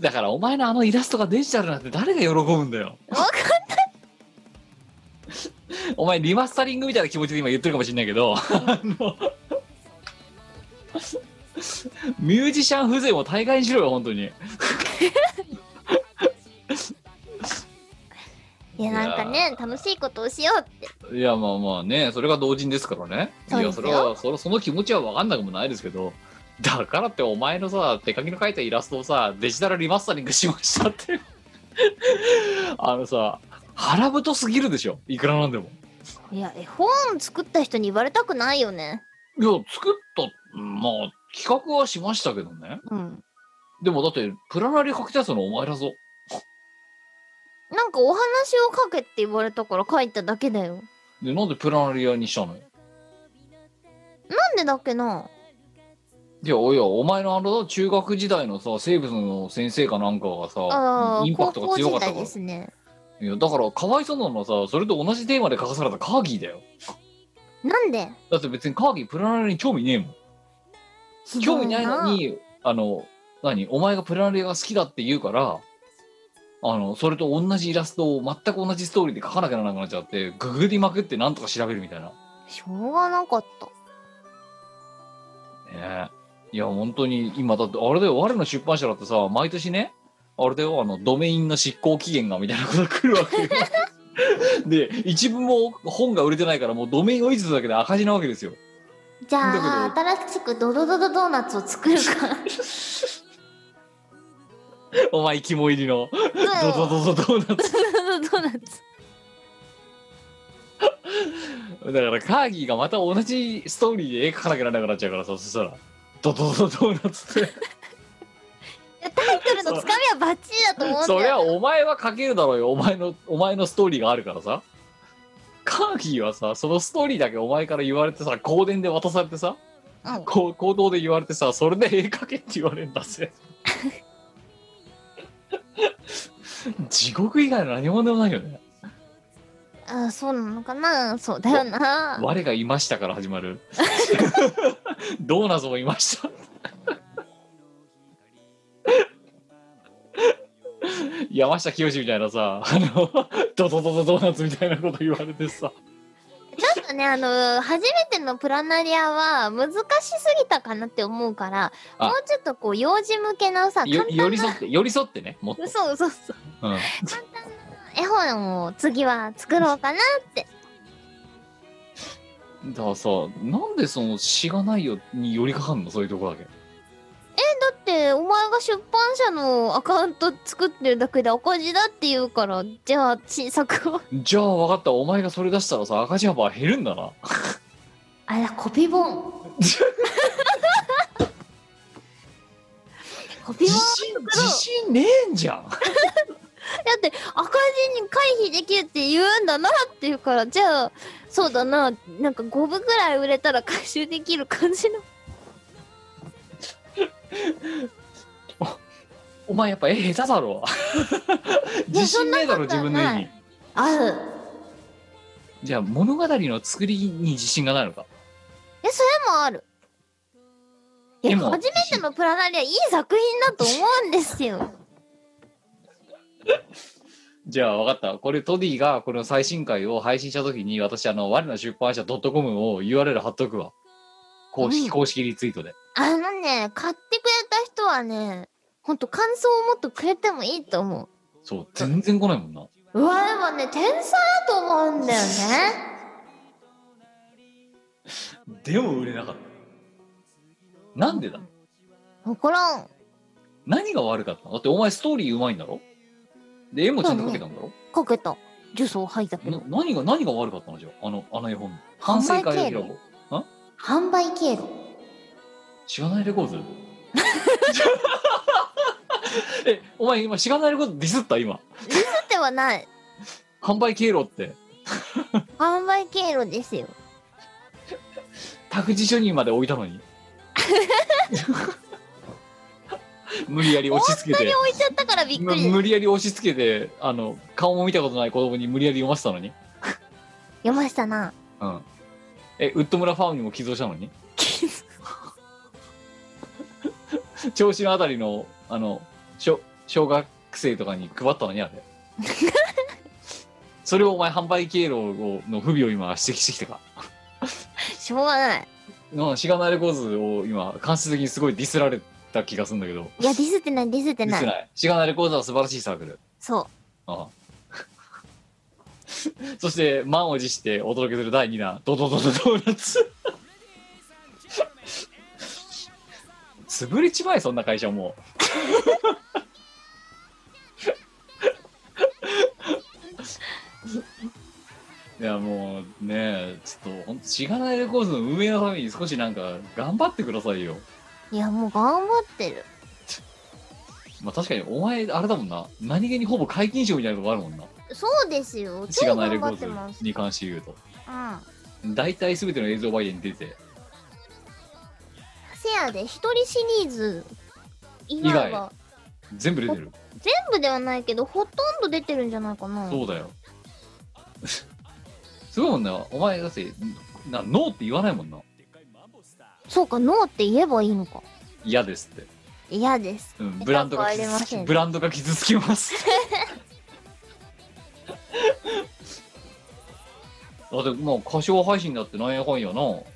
Speaker 3: だからお前のあのイラストがデジタルなんて誰が喜ぶんだよ。
Speaker 4: わか
Speaker 3: お前リマスタリングみたいな気持ちで今言ってるかもしれないけど、あのミュージシャン風情も大概にしろよ、本当に。
Speaker 4: いや、なんかね、楽しいことをしようって。
Speaker 3: いや、まあまあね、それが同人ですからね。
Speaker 4: そう
Speaker 3: い
Speaker 4: で
Speaker 3: や、
Speaker 4: す
Speaker 3: そ
Speaker 4: よ
Speaker 3: れは、それその気持ちは分かんなくもないですけど、だからってお前のさ、手書きの書いたイラストをさ、デジタルリマスタリングしましたって。あのさ、腹太すぎるでしょ、いくらなんでも。
Speaker 4: いや、絵本作った人に言われたくないよね。
Speaker 3: いや、作った、まあ、企画はしましたけどね。
Speaker 4: うん。
Speaker 3: でもだって、プラナリ書きたやつのお前だぞ。
Speaker 4: なんかお話を書けって言われたから書いただけだよ。
Speaker 3: で、なんでプラナリアにしたのよ。
Speaker 4: なんでだっけない
Speaker 3: や、いや、お前のあの、中学時代のさ、生物の先生かなんかが
Speaker 4: あ
Speaker 3: さ、
Speaker 4: あ
Speaker 3: イ
Speaker 4: ー、
Speaker 3: ンパ
Speaker 4: 高
Speaker 3: クトが
Speaker 4: 校
Speaker 3: 強か
Speaker 4: 時
Speaker 3: った
Speaker 4: 代
Speaker 3: か
Speaker 4: で
Speaker 3: ら。
Speaker 4: すね。
Speaker 3: いや、だから、かわいそうなのはさ、それと同じテーマで書かされたカーギーだよ。
Speaker 4: なんで
Speaker 3: だって別にカーギー、プラナリアに興味ねえもん。興味ないのに、あの、何お前がプラナリアが好きだって言うから、あの、それと同じイラストを全く同じストーリーで書かなきゃならなくなっちゃって、ググりまくってなんとか調べるみたいな。
Speaker 4: しょうがなかった。
Speaker 3: ねえいや本当に今だってあれだよ我の出版社だってさ毎年ねあれだよあのドメインの執行期限がみたいなことが来るわけよで一部も本が売れてないからもうドメインを維持するだけで赤字なわけですよ
Speaker 4: じゃあ、
Speaker 3: だ
Speaker 4: 新しくドドドドドーナツを作る か。
Speaker 3: お前肝入りのドドドドドーナツ
Speaker 4: ドドドーナツ。
Speaker 3: だからカーギーがまた同じストーリーで絵描かなきゃならなくなっちゃうからさそしたらドドドドドーナツって
Speaker 4: タイトルのつかみはバッチリだと思うん
Speaker 3: そ
Speaker 4: だ
Speaker 3: り
Speaker 4: よ。
Speaker 3: ゃお前は書けるだろうよお前のお前のストーリーがあるからさカーギーはさそのストーリーだけお前から言われてさ香典で渡されてさ、
Speaker 4: うん
Speaker 3: こう口頭で言われてさそれで絵描けって言われるんだ ぜ地獄以外の何者でもないよね
Speaker 4: あそうなのかなそうだよな。
Speaker 3: 我がいましたから始ま るドーナツもいました山下清みたいなさあのドドドドドーナツみたいなこと言われてさ
Speaker 4: ちょっとね、あの、初めてのプラナリアは難しすぎたかなって思うから、
Speaker 3: あ
Speaker 4: もうちょっとこう、幼児向けのさ、簡
Speaker 3: よ
Speaker 4: 単
Speaker 3: 寄り
Speaker 4: な、
Speaker 3: 添って寄り添ってねもっと、
Speaker 4: そうそうそう、
Speaker 3: うん
Speaker 4: 絵本を次は作ろうかな。
Speaker 3: だからさなんでその詩がないよに寄りかかんのそういうとこだけ
Speaker 4: だって、お前が出版社のアカウント作ってるだけで赤字だって言うから、じゃあ、新作を。
Speaker 3: じゃあ分かったお前がそれ出したらさ赤字幅減るんだな
Speaker 4: あら、コピボン。 コピボン
Speaker 3: 自信自信ねえんじゃん
Speaker 4: だって赤字に回避できるって言うんだなっていうからじゃあそうだななんか5部ぐらい売れたら回収できる感じの
Speaker 3: お前やっぱ絵下手だ
Speaker 4: い
Speaker 3: ろ
Speaker 4: や
Speaker 3: 自信ねえだろ自
Speaker 4: そん
Speaker 3: 分
Speaker 4: なことはない
Speaker 3: の絵に
Speaker 4: ある
Speaker 3: じゃあ物語の作りに自信がないのか
Speaker 4: えそれもあるい
Speaker 3: で
Speaker 4: や
Speaker 3: も
Speaker 4: 初めてのプラナリアいい作品だと思うんですよ
Speaker 3: じゃあ分かったこれトディがこの最新回を配信した時に私あの我の出版社 .com を URL 貼っとくわ公式、
Speaker 4: うん
Speaker 3: 公式リツイートで
Speaker 4: あのね買ってくれた人はねほんと感想をもっとくれてもいいと思
Speaker 3: そう全然来ないもんな
Speaker 4: ううわでもね天才だと思うんだよ ね
Speaker 3: でも売れなかったなんでだ
Speaker 4: 分からん
Speaker 3: 何が悪かったのだってお前ストーリーうまいんだろで絵もちゃんと描けたんだろ、
Speaker 4: かけた呪詛を吐いたけ
Speaker 3: な
Speaker 4: ど。
Speaker 3: 何が何が悪かったのじゃああのあの絵本反省会を開こう
Speaker 4: 販売経路。
Speaker 3: 知らないレコーズ えお前今知らないレコーズディスった今
Speaker 4: だってはない。
Speaker 3: 販売経路って
Speaker 4: 販売経路ですよ。
Speaker 3: 託児所にまで置いたのに 無理やり押し付けて
Speaker 4: 本当に置いちゃったからびっく
Speaker 3: む
Speaker 4: りです。
Speaker 3: 無理やり押し付けてあの顔も見たことない子供に無理やり読ませたのに
Speaker 4: 読ましたな。
Speaker 3: うんえウッド村ファームにも寄贈したのに調子のあたりのあの小小学生とかに配ったのにあれそれをお前販売経路をの不備を今指摘してきてか
Speaker 4: しょうがない。
Speaker 3: なしがないレコーズを今間接的にすごいディスられた気がするんだけど
Speaker 4: いや、ディスってない、ディスって
Speaker 3: ディ
Speaker 4: な
Speaker 3: ス
Speaker 4: い。
Speaker 3: ないしがないレコーズは素晴らしいサークル
Speaker 4: そ
Speaker 3: ああ そして満を持してお届けする第2弾ドドドドドーナツ潰れちまえそんな会社もういやもうねちょっとほんとしがないレコーズの運営のために少しなんか頑張ってくださいよ
Speaker 4: う。いや、もう頑張ってる。
Speaker 3: まあ確かにお前あれだもんな何気にほぼ皆勤賞みたいなとこあるもんな
Speaker 4: そうですよ。
Speaker 3: し
Speaker 4: 超
Speaker 3: がないレ
Speaker 4: 頑張っ
Speaker 3: コ
Speaker 4: て
Speaker 3: ー
Speaker 4: ます。
Speaker 3: ズに関して言うと
Speaker 4: うん。
Speaker 3: 大体全ての映像媒体に出て
Speaker 4: せやで、一人シリーズ、以
Speaker 3: 以
Speaker 4: 外
Speaker 3: 外
Speaker 4: は、
Speaker 3: 全部出てる、
Speaker 4: 全部ではないけど、ほとんど出てるんじゃないかな。
Speaker 3: そうだよ すごいもんなお前だってなノーって言わないもんな
Speaker 4: そうか、ノーって言えばいいのか。
Speaker 3: 嫌ですって、
Speaker 4: 嫌です。
Speaker 3: うん、ブランドが傷
Speaker 4: 痛くはあり
Speaker 3: つ
Speaker 4: ませ
Speaker 3: き
Speaker 4: ん
Speaker 3: ブランドが傷つきます だってもう歌唱配信だってなんやかんやなも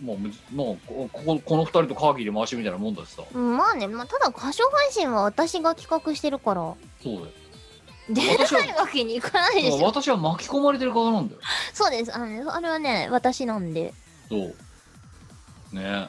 Speaker 3: うむもうこここの二人とカーギーで回してみたいなもんだしさ
Speaker 4: うんまあね、まあ、ただ歌唱配信は私が企画してるから、
Speaker 3: そうだよ
Speaker 4: 出
Speaker 3: 私は
Speaker 4: ないわけにいかない で
Speaker 3: だ
Speaker 4: し
Speaker 3: から
Speaker 4: ょ。
Speaker 3: 私は巻き込まれてる側なんだよ
Speaker 4: そうです。あのね、あれはね、私なんで。
Speaker 3: そうね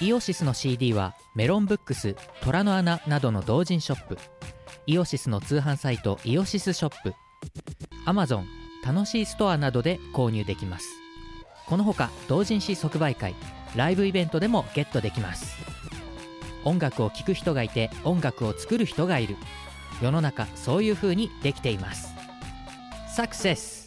Speaker 5: イオシスの CD はメロンブックス、虎の穴などの同人ショップイオシスの通販サイトイオシスショップ Amazon、楽しいストアなどで購入できますこのほか同人誌即売会、ライブイベントでもゲットできます音楽を聴く人がいて音楽を作る人がいる世の中そういう風にできていますサクセス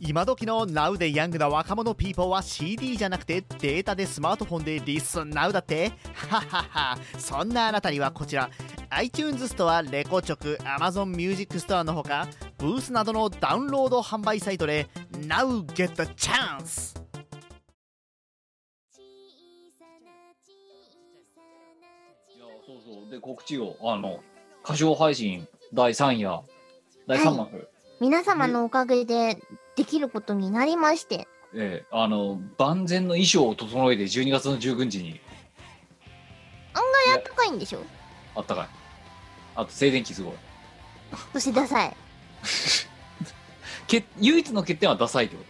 Speaker 6: 今時の Now でヤングな若者ピーポーは CD じゃなくてデータでスマートフォンでリスン Now だってはははそんなあなたにはこちら iTunes ストア、レコチョク、Amazon Music ストアのほかブースなどのダウンロード販売サイトで Now get the chance!
Speaker 3: いやそうそうで告知をあの歌唱配信第3夜第3幕、
Speaker 4: 皆様のおかげでできることになりまして。
Speaker 3: ええあの万全の衣装を整えて12月の19日に
Speaker 4: あったかいんでしょ
Speaker 3: あったかいあと静電気すごい
Speaker 4: そしてダサい。
Speaker 3: け唯一の欠点はダサいってこ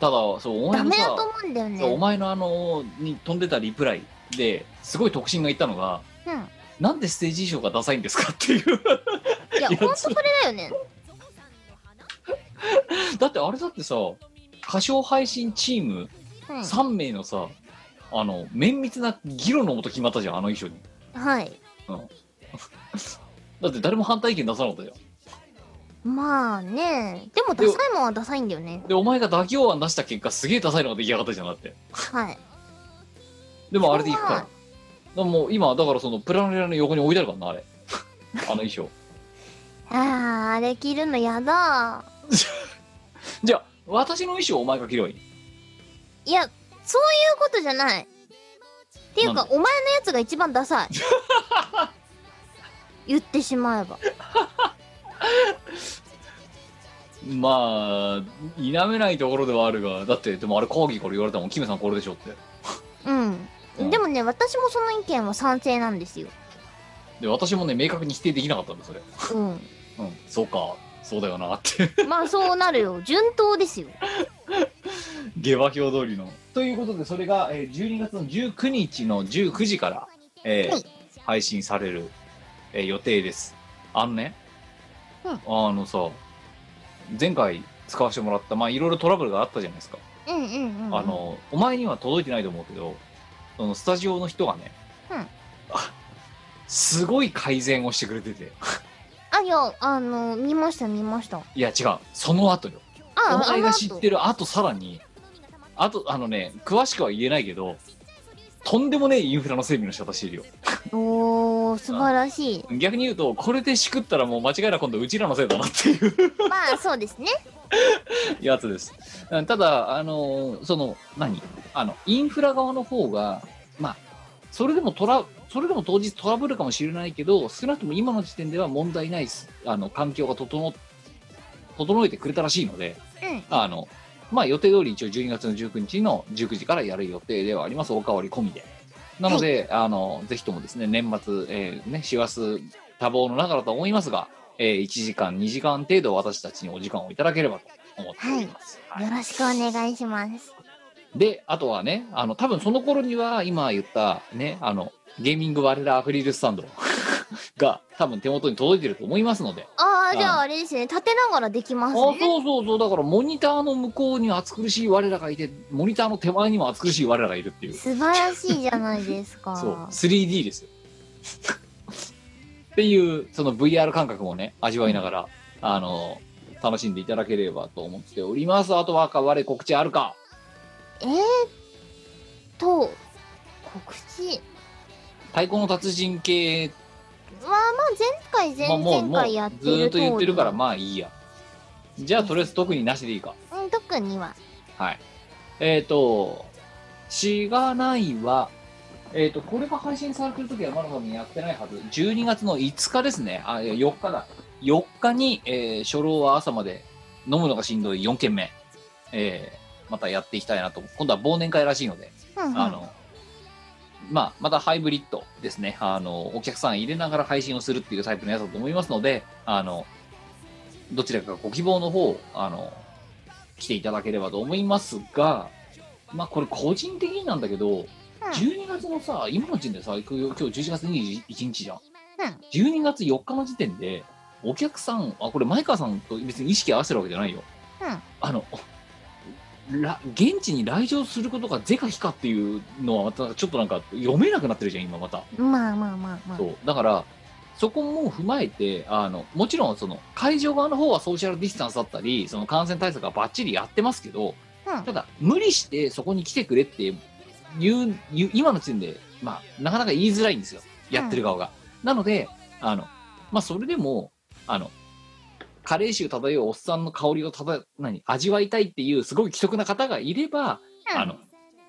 Speaker 3: とただそうお前
Speaker 4: ダ
Speaker 3: の
Speaker 4: メだと
Speaker 3: さ
Speaker 4: 思うんだよ
Speaker 3: そうお
Speaker 4: ね。
Speaker 3: 前のあのに飛んでたリプライですごい特進が言ったのが
Speaker 4: うん。
Speaker 3: なんでステージ衣装がダサいんですかっていう
Speaker 4: いや、
Speaker 3: いや
Speaker 4: ほんとそれだよね。
Speaker 3: だってあれだってさ歌唱配信チーム
Speaker 4: うん。
Speaker 3: 3名のさあの綿密な議論のもと決まったじゃんあの衣装に
Speaker 4: はい。
Speaker 3: だって誰も反対意見出さなかったじゃん
Speaker 4: まあね。でもダサいもんはダサいんだよね。
Speaker 3: でお前が妥協案出した結果すげえダサいのが出来上がったじゃんだって
Speaker 4: はい。
Speaker 3: でもあれでいくから
Speaker 4: まあ
Speaker 3: でももう今だからそのプラネラの横に置いてあるからなあれ あの衣装
Speaker 4: あー、あれ着るのやだ。
Speaker 3: じゃあ私の衣装をお前が着ればいい
Speaker 4: いや、そういうことじゃない。っていう
Speaker 3: な
Speaker 4: か、お前のやつが一番ダサい。言ってしまえば。
Speaker 3: まあ否めないところではあるがだってでもあれ講義から言われたもんキムさんこれでしょって
Speaker 4: うん。
Speaker 3: うん
Speaker 4: でもね、私もその意見は賛成なんですよ。
Speaker 3: で私もね明確に否定できなかったんだそれ
Speaker 4: う
Speaker 3: うんそうかそうだよなって
Speaker 4: ん。まあそうなる よ。順当ですよ。
Speaker 3: 下馬評通りのということでそれが、えー12月の19日の19時から、えー
Speaker 4: はい
Speaker 3: 配信される、えー予定ですあのね、
Speaker 4: うん
Speaker 3: あのさ前回使わせてもらったまあいろいろトラブルがあったじゃないですか
Speaker 4: うんうんうん。
Speaker 3: あ、のお前には届いてないと思うけどそのスタジオの人がね、
Speaker 4: うん
Speaker 3: あすごい改善をしてくれてて
Speaker 4: あ、いや、あの、見ました見ました。あ、
Speaker 3: いや違うその後よお
Speaker 4: あ
Speaker 3: 前が知っ
Speaker 4: る。
Speaker 3: てるあとさらにあとあのね詳しくは言えないけどとんでもねえインフラの整備の仕方してるよ
Speaker 4: おー、素晴らしい。
Speaker 3: 逆に言うとこれでしくったらもう間違いなく今度うちらのせいだなっていう
Speaker 4: まあそうですね。
Speaker 3: やつですうんただあのーその何あのインフラ側の方がまあそれでもトラそれでも当日トラブルかもしれないけど少なくとも今の時点では問題ないすあの環境が整っ整えてくれたらしいので、
Speaker 4: うん
Speaker 3: あのまあ、予定通り一応12月の19日の19時からやる予定ではありますおかわり込みでなので、あのぜひともですね年末、えーね、師走多忙の中だと思いますが、えー1時間2時間程度私たちにお時間をいただければと思っております、はい
Speaker 4: よろしくお願いします。
Speaker 3: で、あとはね、あの、多分その頃には、今言った、ね、あの、ゲーミング我らアクリルスタンドが、多分手元に届いてると思いますので。
Speaker 4: ああ、じゃああれですね。立てながらできま
Speaker 3: あ、
Speaker 4: す
Speaker 3: そう
Speaker 4: ね。
Speaker 3: そうそう、だからモニターの向こうに暑苦しい我らがいて、モニターの手前にも暑苦しい我らがいるっていう。
Speaker 4: 素晴らしいじゃないですか。
Speaker 3: そう、3D ですよ。っていう、その VR 感覚もね、味わいながら、あの、楽しんでいただければと思っております。あとは、我告知あるか
Speaker 4: えー、と、告知
Speaker 3: 太鼓の達人系
Speaker 4: は、まあ、前回、
Speaker 3: ま
Speaker 4: 前
Speaker 3: あもう
Speaker 4: 々
Speaker 3: もう
Speaker 4: 回
Speaker 3: ず
Speaker 4: やってる通り、
Speaker 3: ーっと言ってるからまあいいやじゃあとりあえず特になしでいいか
Speaker 4: うん、特には。
Speaker 3: はいえっ、と「しがないは」えっ、とこれが配信されてる時はまだ多分やってないはず12月の5日ですねあいや4日だ4日に、えー初老は朝まで飲むのがしんどい4軒目えーまたやっていきたいなと今度は忘年会らしいので
Speaker 4: うんうん、
Speaker 3: あの、まあ、またハイブリッドですね。あの、お客さん入れながら配信をするっていうタイプのやつだと思いますので、あの、どちらかご希望の方、あの、来ていただければと思いますが、まあ、これ個人的になんだけど、12月のさ、今の時点でさ、今日今日11月21日じゃん。12月4日の時点で、お客さん、あ、これ前川さんと別に意識合わせてるわけじゃないよ。
Speaker 4: うん
Speaker 3: あの、ら現地に来場することが是か非かっていうのはまたちょっとなんか読めなくなってるじゃん今また、
Speaker 4: まあまあまあまあ。
Speaker 3: そうだからそこも踏まえてあのもちろんその会場側の方はソーシャルディスタンスだったりその感染対策はバッチリやってますけど、
Speaker 4: うん
Speaker 3: ただ無理してそこに来てくれっていう言う今の時点で、まあ、なかなか言いづらいんですよやってる側が。なのであの、まあ、それでもあのカレー臭漂うおっさんの香りをただ何味わいたいっていうすごい既得な方がいれば、
Speaker 4: うん
Speaker 3: あの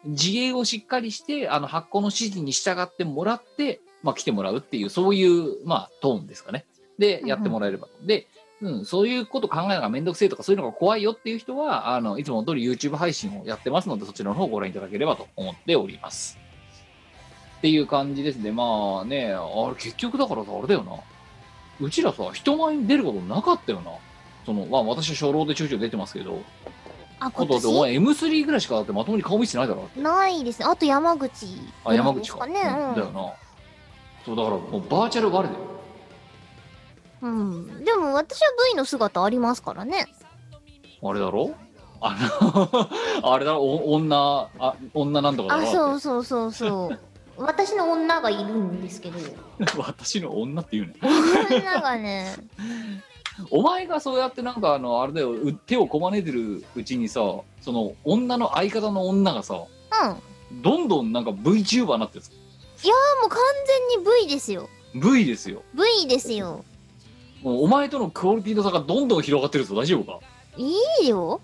Speaker 3: 自営をしっかりしてあの発行の指示に従ってもらって、まあ、来てもらうっていうそういう、まあ、トーンですかねで
Speaker 4: うん
Speaker 3: やってもらえれば、で、うん、そういうこと考えるのがめんどくせえとかそういうのが怖いよっていう人はあのいつも通り YouTube 配信をやってますのでそちらの方をご覧いただければと思っておりますっていう感じですねまあねあれ結局だからさあれだよなうちらさ人前に出ることなかったよなそのまあ私は初老でちょいちょい出てますけど
Speaker 4: あ、
Speaker 3: あ
Speaker 4: 今
Speaker 3: とだってお
Speaker 4: 年
Speaker 3: 前 M3 ぐらいしかだってまともに顔見せてないだろ
Speaker 4: ないですね。あと山口。
Speaker 3: あ、山口か。
Speaker 4: ですね。
Speaker 3: うんだよな。そう、だから、もうバーチャルバレだよ。
Speaker 4: うん。うん。でも私は V の姿ありますからね。
Speaker 3: あれだろあの、 あれだろお女、あ、女なんとかだ
Speaker 4: あ、
Speaker 3: ろ
Speaker 4: そう
Speaker 3: う
Speaker 4: そうそうそう。私の女がいるんです けど。
Speaker 3: 私の女って言うね。
Speaker 4: 女がね。
Speaker 3: お前がそうやってなんか、あの、あれだよ、う手をこまねてるうちにさ、その、女の相方の女がさ、
Speaker 4: うん。も
Speaker 3: どんどんなんか VTuber になってる
Speaker 4: う完全に V ですよ。
Speaker 3: V ですよ。
Speaker 4: V ですよ。
Speaker 3: もうお前とのクオリティの差がどんどん広がってるぞ、大丈夫か
Speaker 4: いいよ。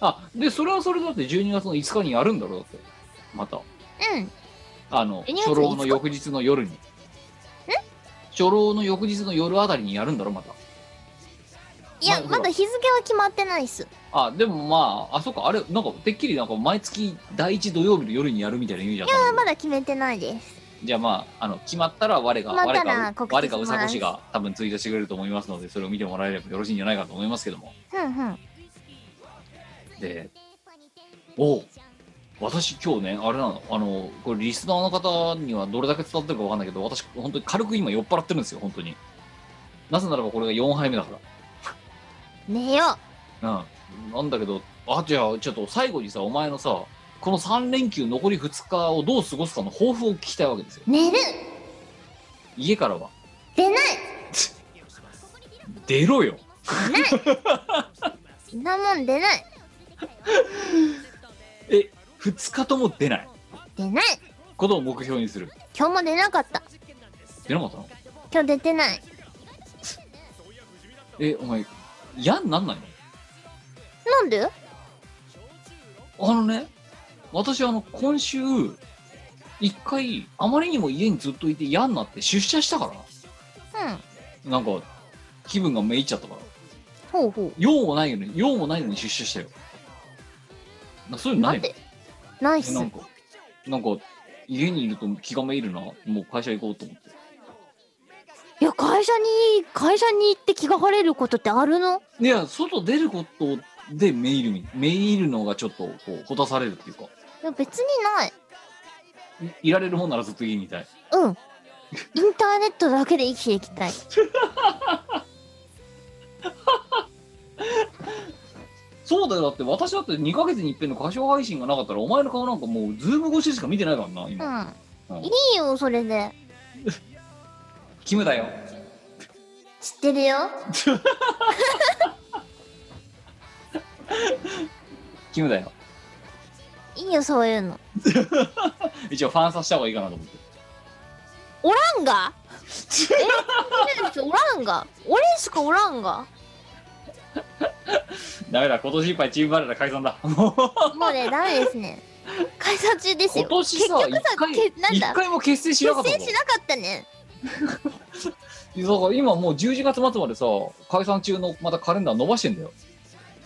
Speaker 3: あ、で、それはそれだって12月の5日にやるんだろ、だって。また。
Speaker 4: うん。
Speaker 3: あの、
Speaker 4: 12
Speaker 3: 初老
Speaker 4: 月5
Speaker 3: の
Speaker 4: 日
Speaker 3: 翌日の夜に。初老の翌日の夜あたりにやるんだろ、また。
Speaker 4: いや、
Speaker 3: まあ
Speaker 4: まだ日付は決まってないっす。
Speaker 3: あ、でもまあ、あ、そっか、あれ、なんか、てっきりなんか、毎月第一土曜日の夜にやるみたいな意味じゃん。
Speaker 4: まだ決めてないです。
Speaker 3: じゃあまあ、あの、決まったら我が、
Speaker 4: 決まっ
Speaker 3: 我
Speaker 4: たら
Speaker 3: が、
Speaker 4: 告知
Speaker 3: 我が
Speaker 4: し
Speaker 3: う
Speaker 4: ます
Speaker 3: さこしが多分ツイートしてくれると思いますので、それを見てもらえればよろしいんじゃないかと思いますけども。
Speaker 4: ふんふん。
Speaker 3: で、おう私今日ね、あれなの、あの、これリスナーの方にはどれだけ伝わってるかわかんないけど、私、本当に軽く今酔っ払ってるんですよ、本当に。なぜならばこれが4杯目だから。
Speaker 4: 寝よ
Speaker 3: うん、なんだけどあじゃあちょっと最後にさお前のさこの3連休残り2日をどう過ごすかの抱負を聞きたいわけですよ
Speaker 4: う。寝る
Speaker 3: 家からは
Speaker 4: 出ない
Speaker 3: 出ろよ
Speaker 4: そんなもん出ない
Speaker 3: え2日とも出ない
Speaker 4: 出ない
Speaker 3: ことを目標にする
Speaker 4: 今日も出なかった。
Speaker 3: 出なかったの
Speaker 4: 今日出てない。
Speaker 3: えお前嫌になんない
Speaker 4: なんで
Speaker 3: のあのね私あの今週1回あまりにも家にずっといて嫌になって出社したか
Speaker 4: うん。
Speaker 3: らなんか気分がめいっちゃったから
Speaker 4: ほうほう。
Speaker 3: 用もないのに用もないのに出社したよなそういうのないの
Speaker 4: なんでないっす。
Speaker 3: なんか、なんか、家にいると気がめいるな。もう会社行こうと思って。
Speaker 4: いや、会社に、会社に行って気が晴れることってあるの
Speaker 3: いや、外出ることでメイルに、メイルのがちょっと、こう、ほたされるっていうか、
Speaker 4: いや、別にない。
Speaker 3: いいられるもんならずっと家にいたい。
Speaker 4: うん。インターネットだけで生きていきたい。
Speaker 3: そうだよ、だって私だって2ヶ月に一遍の歌唱配信がなかったら、お前の顔なんかもう、ズーム越ししか見てないからな、
Speaker 4: う
Speaker 3: 今。
Speaker 4: ん。
Speaker 3: うん
Speaker 4: いいよ、それで。
Speaker 3: キムだよ。
Speaker 4: 知ってるよ。
Speaker 3: キムだよ。
Speaker 4: いいよ、そういうの。
Speaker 3: 一応ファンさせた方がいいかなと思って。
Speaker 4: おらんがえ見てる人おらんが俺しかおらんが
Speaker 3: ダメだ、今年いっぱいチームバレーだ解 散だ。
Speaker 4: もうね、ダメです ね。解散中ですよ。
Speaker 3: 今年さ、
Speaker 4: 結
Speaker 3: 1
Speaker 4: 局さ
Speaker 3: 回、
Speaker 4: けなんだ
Speaker 3: 一回も結成しなか
Speaker 4: 結
Speaker 3: ったぞ
Speaker 4: 成しなかったね。
Speaker 3: いやだから今もう11月末までさ解散中のまたカレンダー伸ばしてんだよ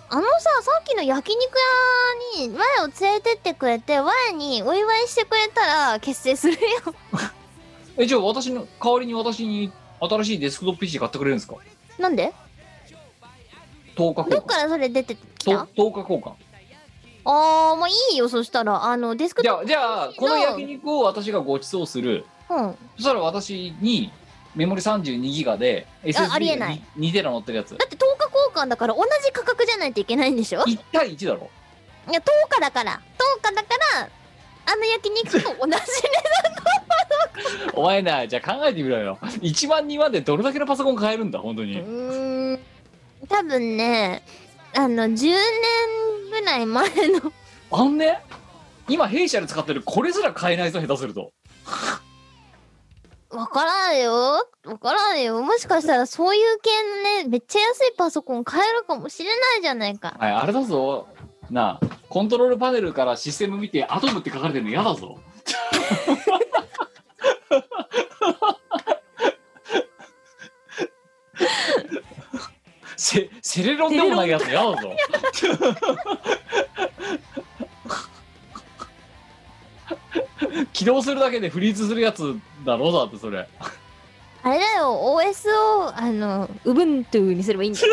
Speaker 4: あのさ、さっきの焼肉屋に、我を連れてってくれて、我にお祝いしてくれたら、結成するよ。
Speaker 3: えじゃあ私の代わりに私に新しいデスクトップ PC 買ってくれるんですか
Speaker 4: なんで
Speaker 3: 10 日
Speaker 4: ど
Speaker 3: 交
Speaker 4: っからそれ出てき
Speaker 3: 換
Speaker 4: た
Speaker 3: と10日交換
Speaker 4: あー、もういいよ、そしたら。あの、デスク
Speaker 3: じ
Speaker 4: トッ
Speaker 3: ゃあじゃあこの焼肉を私がご馳走する
Speaker 4: プ。うん。
Speaker 3: そしたら私にメモリ32ギガで SSD
Speaker 4: ありえない
Speaker 3: 2テラ乗ってるやつ
Speaker 4: だって10日交換だから同じ価格じゃないといけないんでしょい
Speaker 3: 1対1だろ
Speaker 4: や10日だから10日だからあの焼肉と同じ値段の
Speaker 3: お前な、じゃあ考えてみろよ。1万2万でどれだけのパソコン買えるんだ、本 当
Speaker 4: う
Speaker 3: に。
Speaker 4: ーん多分ねあの10年ぐらい前の
Speaker 3: あんね、今弊社で使ってるこれすら買えないぞ、下手すると。
Speaker 4: わからんよわからんよもしかしたらそういう系のねめっちゃ安いパソコン買えるかもしれないじゃないか
Speaker 3: はい、あれだぞ。なあ、コントロールパネルからシステム見て、アトムって書かれてるの嫌だぞ。セセレロンでもないやつ嫌だぞ。起動するだけでフリーズするやつだろうだってそれ
Speaker 4: あれだよ OS をあの Ubuntu にすればいいんだよ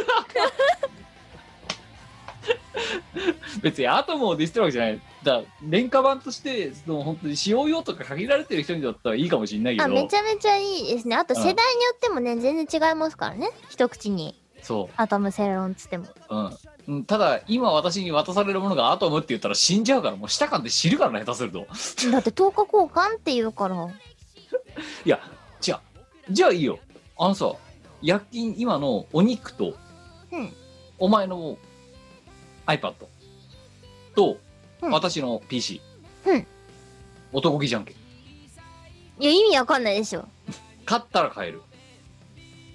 Speaker 3: 別にアトムをディスってるわけじゃないだ廉価版としてその本当に使用用途が限られてる人にだったらいいかもしれないけ
Speaker 4: あ
Speaker 3: ど
Speaker 4: めちゃめちゃいいですねあと
Speaker 3: うん
Speaker 4: 世代によってもね全然違いますからね一口に
Speaker 3: そう
Speaker 4: アトムセロンっつっても
Speaker 3: うんうん、ただ今私に渡されるものがアトムって言ったら死んじゃうからもう下感で知るからね下手すると
Speaker 4: だって10日交換って言うから
Speaker 3: いやじゃあじゃあいいよあのさ薬品今のお肉と、
Speaker 4: うん
Speaker 3: お前の iPad
Speaker 4: う
Speaker 3: と、
Speaker 4: ん
Speaker 3: 私の PC、
Speaker 4: うん
Speaker 3: 男気じゃんけん
Speaker 4: いや意味わかんないでしょ
Speaker 3: 買ったら買える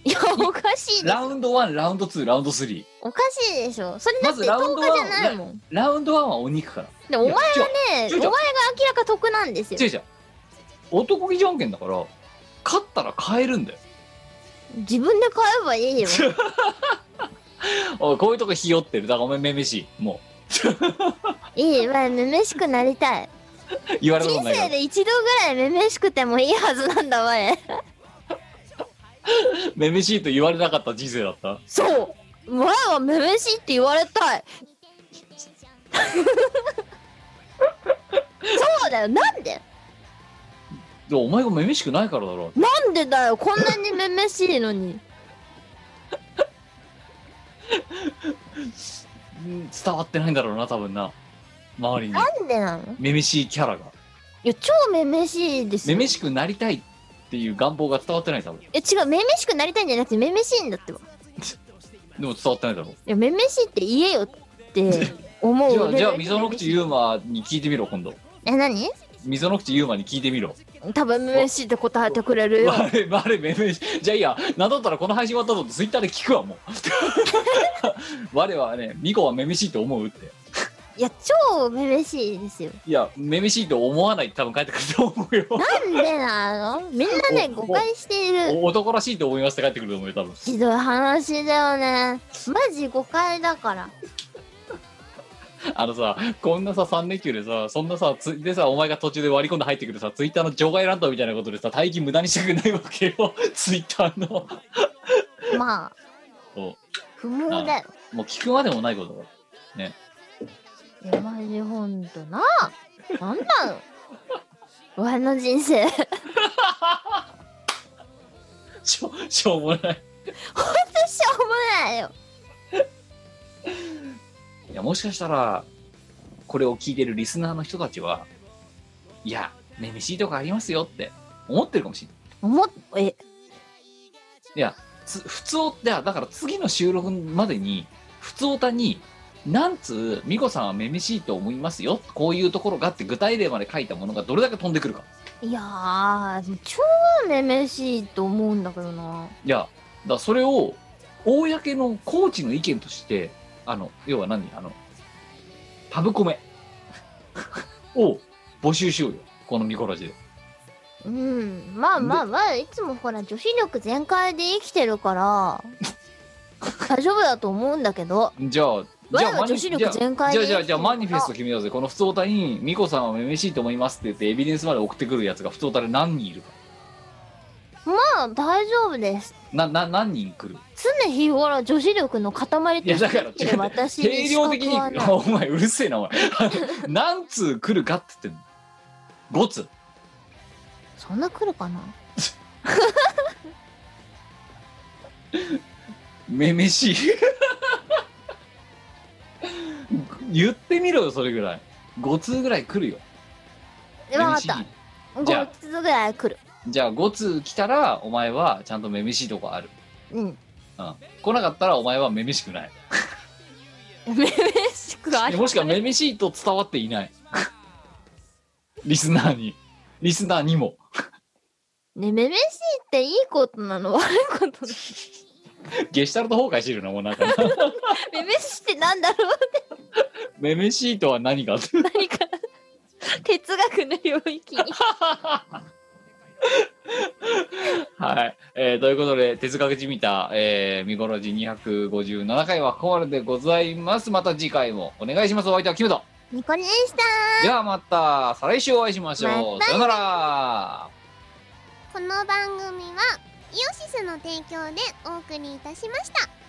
Speaker 4: いやおかしいでし
Speaker 3: ラ
Speaker 4: ょ
Speaker 3: ウンド1ラウンド2ラウンド3
Speaker 4: おかしいでしょそれだ
Speaker 3: ま
Speaker 4: って
Speaker 3: ずラウン
Speaker 4: 10日
Speaker 3: ド
Speaker 4: じゃ
Speaker 3: 1
Speaker 4: ないもん
Speaker 3: ラウンド1はお肉から
Speaker 4: でお前はね
Speaker 3: いや
Speaker 4: お
Speaker 3: 違う
Speaker 4: 前が明らか得なんですよ
Speaker 3: 違う違う男気じゃんけんだから買ったら買えるんだよ
Speaker 4: 自分で買えばいいよ
Speaker 3: おいこういうとこひよってるだからお前めめしいもう
Speaker 4: いいまあめめしくなりたい
Speaker 3: 言われたこ
Speaker 4: 人
Speaker 3: とないか
Speaker 4: 生
Speaker 3: ら
Speaker 4: で一度ぐらいめめしくてもいいはずなんだわえ
Speaker 3: めめしいと言われなかった人生だった
Speaker 4: そう前はめめしいって言われた いそうだよなんで
Speaker 3: でもお前がめめしくないからだろ
Speaker 4: なんでだよこんなにめめしいのに
Speaker 3: うん伝わってないんだろうな多分な周りに
Speaker 4: なんでなの
Speaker 3: めめしいキャラが
Speaker 4: いや超めめしいです
Speaker 3: め
Speaker 4: よ
Speaker 3: めしくなりたいっていう願望が伝わってない多分で
Speaker 4: いや違うめめしくなりたいんじゃなくてめめしいんだってばい
Speaker 3: も伝わってないだろ
Speaker 4: やめめしいって言えよって思う
Speaker 3: じゃ
Speaker 4: レ
Speaker 3: あ
Speaker 4: ベル
Speaker 3: じゃあ溝の口ユーマに聞いてみろ今度
Speaker 4: え何
Speaker 3: 溝の口ユーマに聞いてみろ
Speaker 4: 多分めめしいって答えてくれるよ
Speaker 3: 我々めめしじゃあいいやなんだったらこの配信終わったぞってツイッターで聞くわもう我はねミコはめめしいと思うって
Speaker 4: いや超めめしいですよ
Speaker 3: いやめめしいと思わないって多分返ってくると思うよ
Speaker 4: なんでなのみんなね
Speaker 3: お
Speaker 4: 誤解している
Speaker 3: お男らしいと思いますって帰ってくると思うよ多分
Speaker 4: ひどい話だよねマジ誤解だから
Speaker 3: あのさこんなさ3連休でさそんなさつでさお前が途中で割り込んで入ってくるさツイッターの場外乱闘みたいなことでさ大金無駄にしたくないわけよツイッターの
Speaker 4: まあ
Speaker 3: そ
Speaker 4: 不毛だよ
Speaker 3: うもう聞くまでもないことだ
Speaker 4: いやマジほんとななんなのお前の人生
Speaker 3: しょしょうもない
Speaker 4: しょうもないよ
Speaker 3: いやもしかしたらこれを聞いてるリスナーの人たちはいやめめしいとこありますよって思ってるかもしれない
Speaker 4: 思っえ
Speaker 3: いやつ普通おだだから次の収録までに普通おたになんつう美子さんはめめしいと思いますよこういうところがって具体例まで書いたものがどれだけ飛んでくるか
Speaker 4: いやー超めめしいと思うんだけどない
Speaker 3: やだからそれを公のコーチの意見としてあの要は何あのパブコメ を募集しようよこのミコラジで
Speaker 4: うんまあまあまあいつもほら女子力全開で生きてるから 大丈夫だと思うんだけど
Speaker 3: じゃあじゃあ
Speaker 4: 我は女子力全開
Speaker 3: じ
Speaker 4: で
Speaker 3: ゃあじゃあじゃあマニフェスト決めようぜこの普通歌に「美子さんはめめしいと思います」って言ってエビデンスまで送ってくるやつが普通歌で何人いるか
Speaker 4: まあ大丈夫です
Speaker 3: なな何人来る
Speaker 4: 常日頃女子力の塊
Speaker 3: い
Speaker 4: と
Speaker 3: や
Speaker 4: して
Speaker 3: だから
Speaker 4: 生きてる私
Speaker 3: 定
Speaker 4: に資
Speaker 3: 量
Speaker 4: 格
Speaker 3: 的に
Speaker 4: はない
Speaker 3: お前うるせえなお前 何通来るかって言ってんの5通
Speaker 4: そんな来るかな
Speaker 3: めめしい 言ってみろよそれぐらい5通ぐらい来るよ
Speaker 4: わかっ
Speaker 3: めめしい
Speaker 4: た
Speaker 3: じゃ
Speaker 4: 5
Speaker 3: あ
Speaker 4: つぐらい来る
Speaker 3: じゃあ5通来たらお前はちゃんとめめしいとこある、
Speaker 4: うん。
Speaker 3: うん、来なかったらお前はめめしくない
Speaker 4: めめしくあ
Speaker 3: で
Speaker 4: る。
Speaker 3: もしくはめめしいと伝わっていないリスナーにリスナーにも
Speaker 4: ね、めめしいっていいことなの 悪いことなの
Speaker 3: ゲシュタルト崩壊してるなもうなんか
Speaker 4: めめしいってなんだろう
Speaker 3: めめしいとは何か
Speaker 4: 何か哲学の領域 に。
Speaker 3: はい、えーということで哲学じみた、えー、見頃時257回はここまででございますまた次回もお願いしますお相手はキムト
Speaker 1: ニコニでした
Speaker 3: ではまた再来週お会いしましょ
Speaker 1: また
Speaker 3: う、
Speaker 1: ね
Speaker 3: さよなら
Speaker 1: この番組はイオシスの提供でお送りいたしました